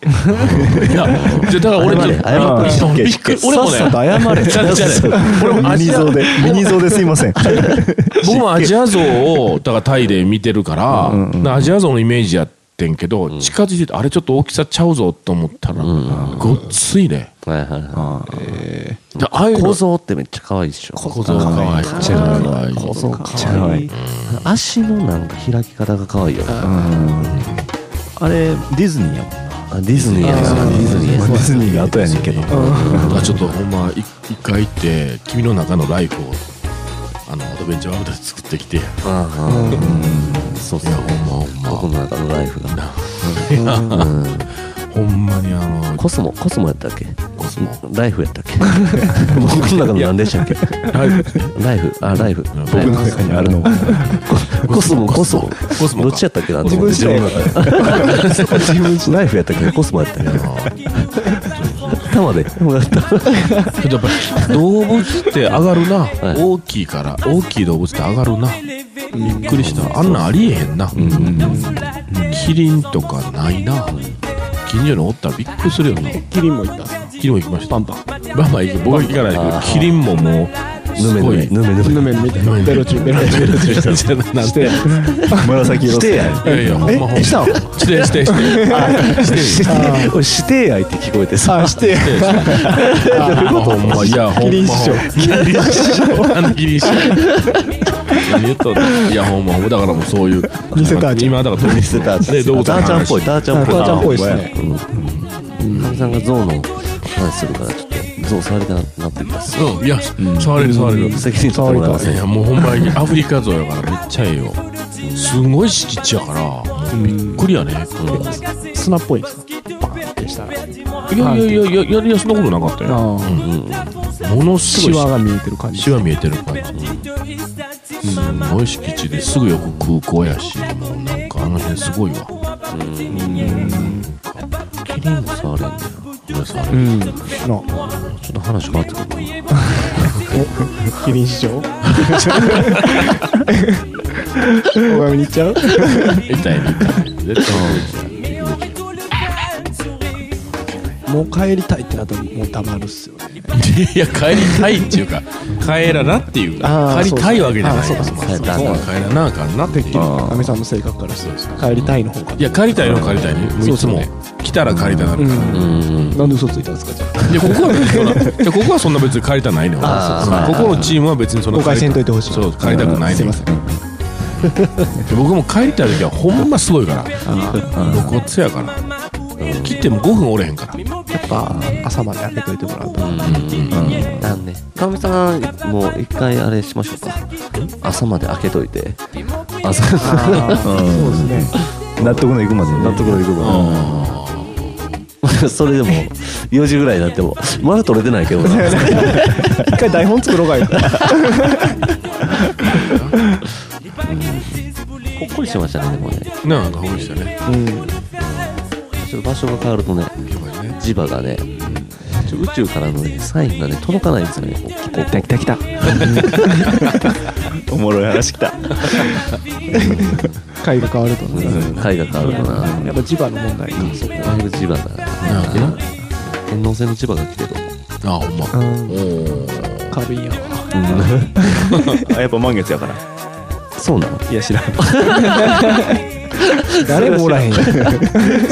Speaker 1: じゃあだから俺ちょっと
Speaker 2: 謝
Speaker 4: っといて
Speaker 1: びっくり俺もね
Speaker 4: さっさと謝れ
Speaker 1: ちゃうちゃうちゃう俺もア
Speaker 4: ミニ
Speaker 1: ジア
Speaker 4: ゾウでミニゾウですい
Speaker 1: [laughs]
Speaker 4: ません
Speaker 1: 僕もアジアゾウをだからタイで見てるからだからアジアゾウのイメージやってんけど近づいててあれちょっと大きさちゃうぞと思ったらごっついね
Speaker 2: はいはいは
Speaker 1: だからああい
Speaker 2: いう小
Speaker 1: の
Speaker 2: 僧ってめっちゃ可愛いでしょ
Speaker 1: 小僧かわいい小僧かわいい
Speaker 3: 小僧か
Speaker 4: かわいい
Speaker 2: 足のなんか開き方が可愛いよな
Speaker 4: あれディズニーやもんな
Speaker 2: あディズニーやなディズニー
Speaker 4: まあディズニーが後やねんけど
Speaker 1: だからちょっとほんまい一回行って君の中のライフをあのアドベンチャーワールドで作ってきていや
Speaker 2: ああそうそう
Speaker 1: ほんまほんま
Speaker 2: 僕の中のライフが
Speaker 1: ほんまにあの [laughs]
Speaker 2: コスモコスモやったっけ
Speaker 1: コスモ
Speaker 2: ライフやったっ [laughs] け僕の中の何でしたっけ
Speaker 1: ライフ
Speaker 2: ライフあライフ
Speaker 1: 僕
Speaker 2: ライフ
Speaker 4: 僕の中にあるのが
Speaker 2: コスモコスモ
Speaker 1: コスモか
Speaker 2: どっちやったっけな
Speaker 3: 自分自体
Speaker 2: 自分自体ライフやったっけコスモやったっけ頭で
Speaker 1: けどやっぱり動物って上がるな、
Speaker 2: い
Speaker 1: 大きいから大きい動物って上がる [laughs] な、びっくりしたあんなんありえへんな、キリンとかないな近所におったらびっくりするよな
Speaker 3: キリンもいた
Speaker 1: キリンも行きました
Speaker 3: パンパン
Speaker 1: バンバン行く僕は行かないけどキリンももう
Speaker 2: ぬ
Speaker 1: す
Speaker 2: め
Speaker 1: ご
Speaker 2: ぬ
Speaker 1: い
Speaker 2: めぬめぬめ
Speaker 3: ぬめみたい
Speaker 1: ぬめ
Speaker 3: な
Speaker 1: ぬめ
Speaker 3: ベロチュベロチ
Speaker 1: ベロチュベロチュなんて
Speaker 4: 紫色してや
Speaker 1: いやいやほんまほんま
Speaker 3: したの
Speaker 1: してしてしてして
Speaker 4: 俺指定愛って聞こえてさ
Speaker 3: あして
Speaker 1: ほんまいやほんま
Speaker 3: キリン師匠
Speaker 1: キリン師 [laughs] 匠あのキリン師匠何言っとんのいやほんまほんまだからもうそういう
Speaker 3: ニセターチャン
Speaker 1: 今だからニセターチャン
Speaker 2: ダーちゃんっぽいダーちゃんっぽい
Speaker 3: 母ちゃんっぽいですね
Speaker 2: かみさんが象の話するからちょっと象触りたくなってきます
Speaker 1: うんいや触れる触れる
Speaker 2: 責任取ってもらいません
Speaker 1: いやもうほんまにアフリカゾウやからめっちゃええよすごい敷地やからびっくりやね
Speaker 3: 砂っぽいんですか
Speaker 1: いやいやいやいやいやいやそんなことなかったよものす
Speaker 3: シ
Speaker 1: ごい
Speaker 3: ワが見えてる感じ
Speaker 1: シワ見えてる感じすごい敷地ですぐ横空港やしもうなんかあの辺すごいわ
Speaker 2: キリンも触れんねんち
Speaker 1: 皆さん
Speaker 3: うんな
Speaker 2: ょっと話変わってくるな
Speaker 3: [laughs] キリン師匠おに行っちゃう
Speaker 1: みたいな絶対
Speaker 3: もう帰りたいってなったらもう黙るっすよね
Speaker 1: いや帰りたいっていうか帰らなっていう
Speaker 3: あー
Speaker 1: 帰りたいわけじゃない
Speaker 3: そうそう
Speaker 1: ま
Speaker 2: 帰
Speaker 1: あ
Speaker 2: らな
Speaker 1: そう帰らなあかんなっていう
Speaker 3: 阿部さんの性格からすると帰りたいの方が
Speaker 1: いや帰りたいのは帰りたいねもういつも来たら帰りたがるから
Speaker 3: なんで嘘ついたんですかじゃ [laughs] あ
Speaker 1: いやここは別にそんないやここはそんな別に帰りたないのようんここのチームは別にそんな
Speaker 3: 誤解せんといてほしい
Speaker 1: そう帰りたくない
Speaker 3: すい
Speaker 1: のよ
Speaker 3: ません
Speaker 1: で僕も帰りたい時はほんますごいから露骨やから切っても5分おれへんから
Speaker 3: やっぱ朝まで開けといてもらうと
Speaker 2: なんねかみさんもう一回あれしましょうか朝まで開けといて [laughs] 朝
Speaker 3: そうですね
Speaker 4: 納得のいくまで納得のいくま
Speaker 2: そ [laughs] れでも4時ぐらいになってもまだ取れてないけどな
Speaker 3: 一回台本作ろうかよ
Speaker 2: ほっこりしましたねでもね
Speaker 1: なんかほぐしたね
Speaker 2: ちょっと場所が変わるとね磁場がねちょ宇宙からの、ね、サインがね届かないんですよねこうこう
Speaker 4: できたきたおもろい話きた
Speaker 3: 回が変わるとね
Speaker 2: うん絵画があるかな
Speaker 3: やっぱ磁場の問題かそこ
Speaker 2: だいぶ磁場が
Speaker 1: なんかな
Speaker 2: 天王星の磁場が来てる
Speaker 1: あほんま
Speaker 3: 軽いやん
Speaker 4: あやっぱ満月やから
Speaker 2: そうなの
Speaker 4: いや知らん
Speaker 3: 誰もおらへんやん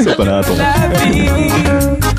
Speaker 4: そうかなと思って
Speaker 3: [laughs]
Speaker 6: I feel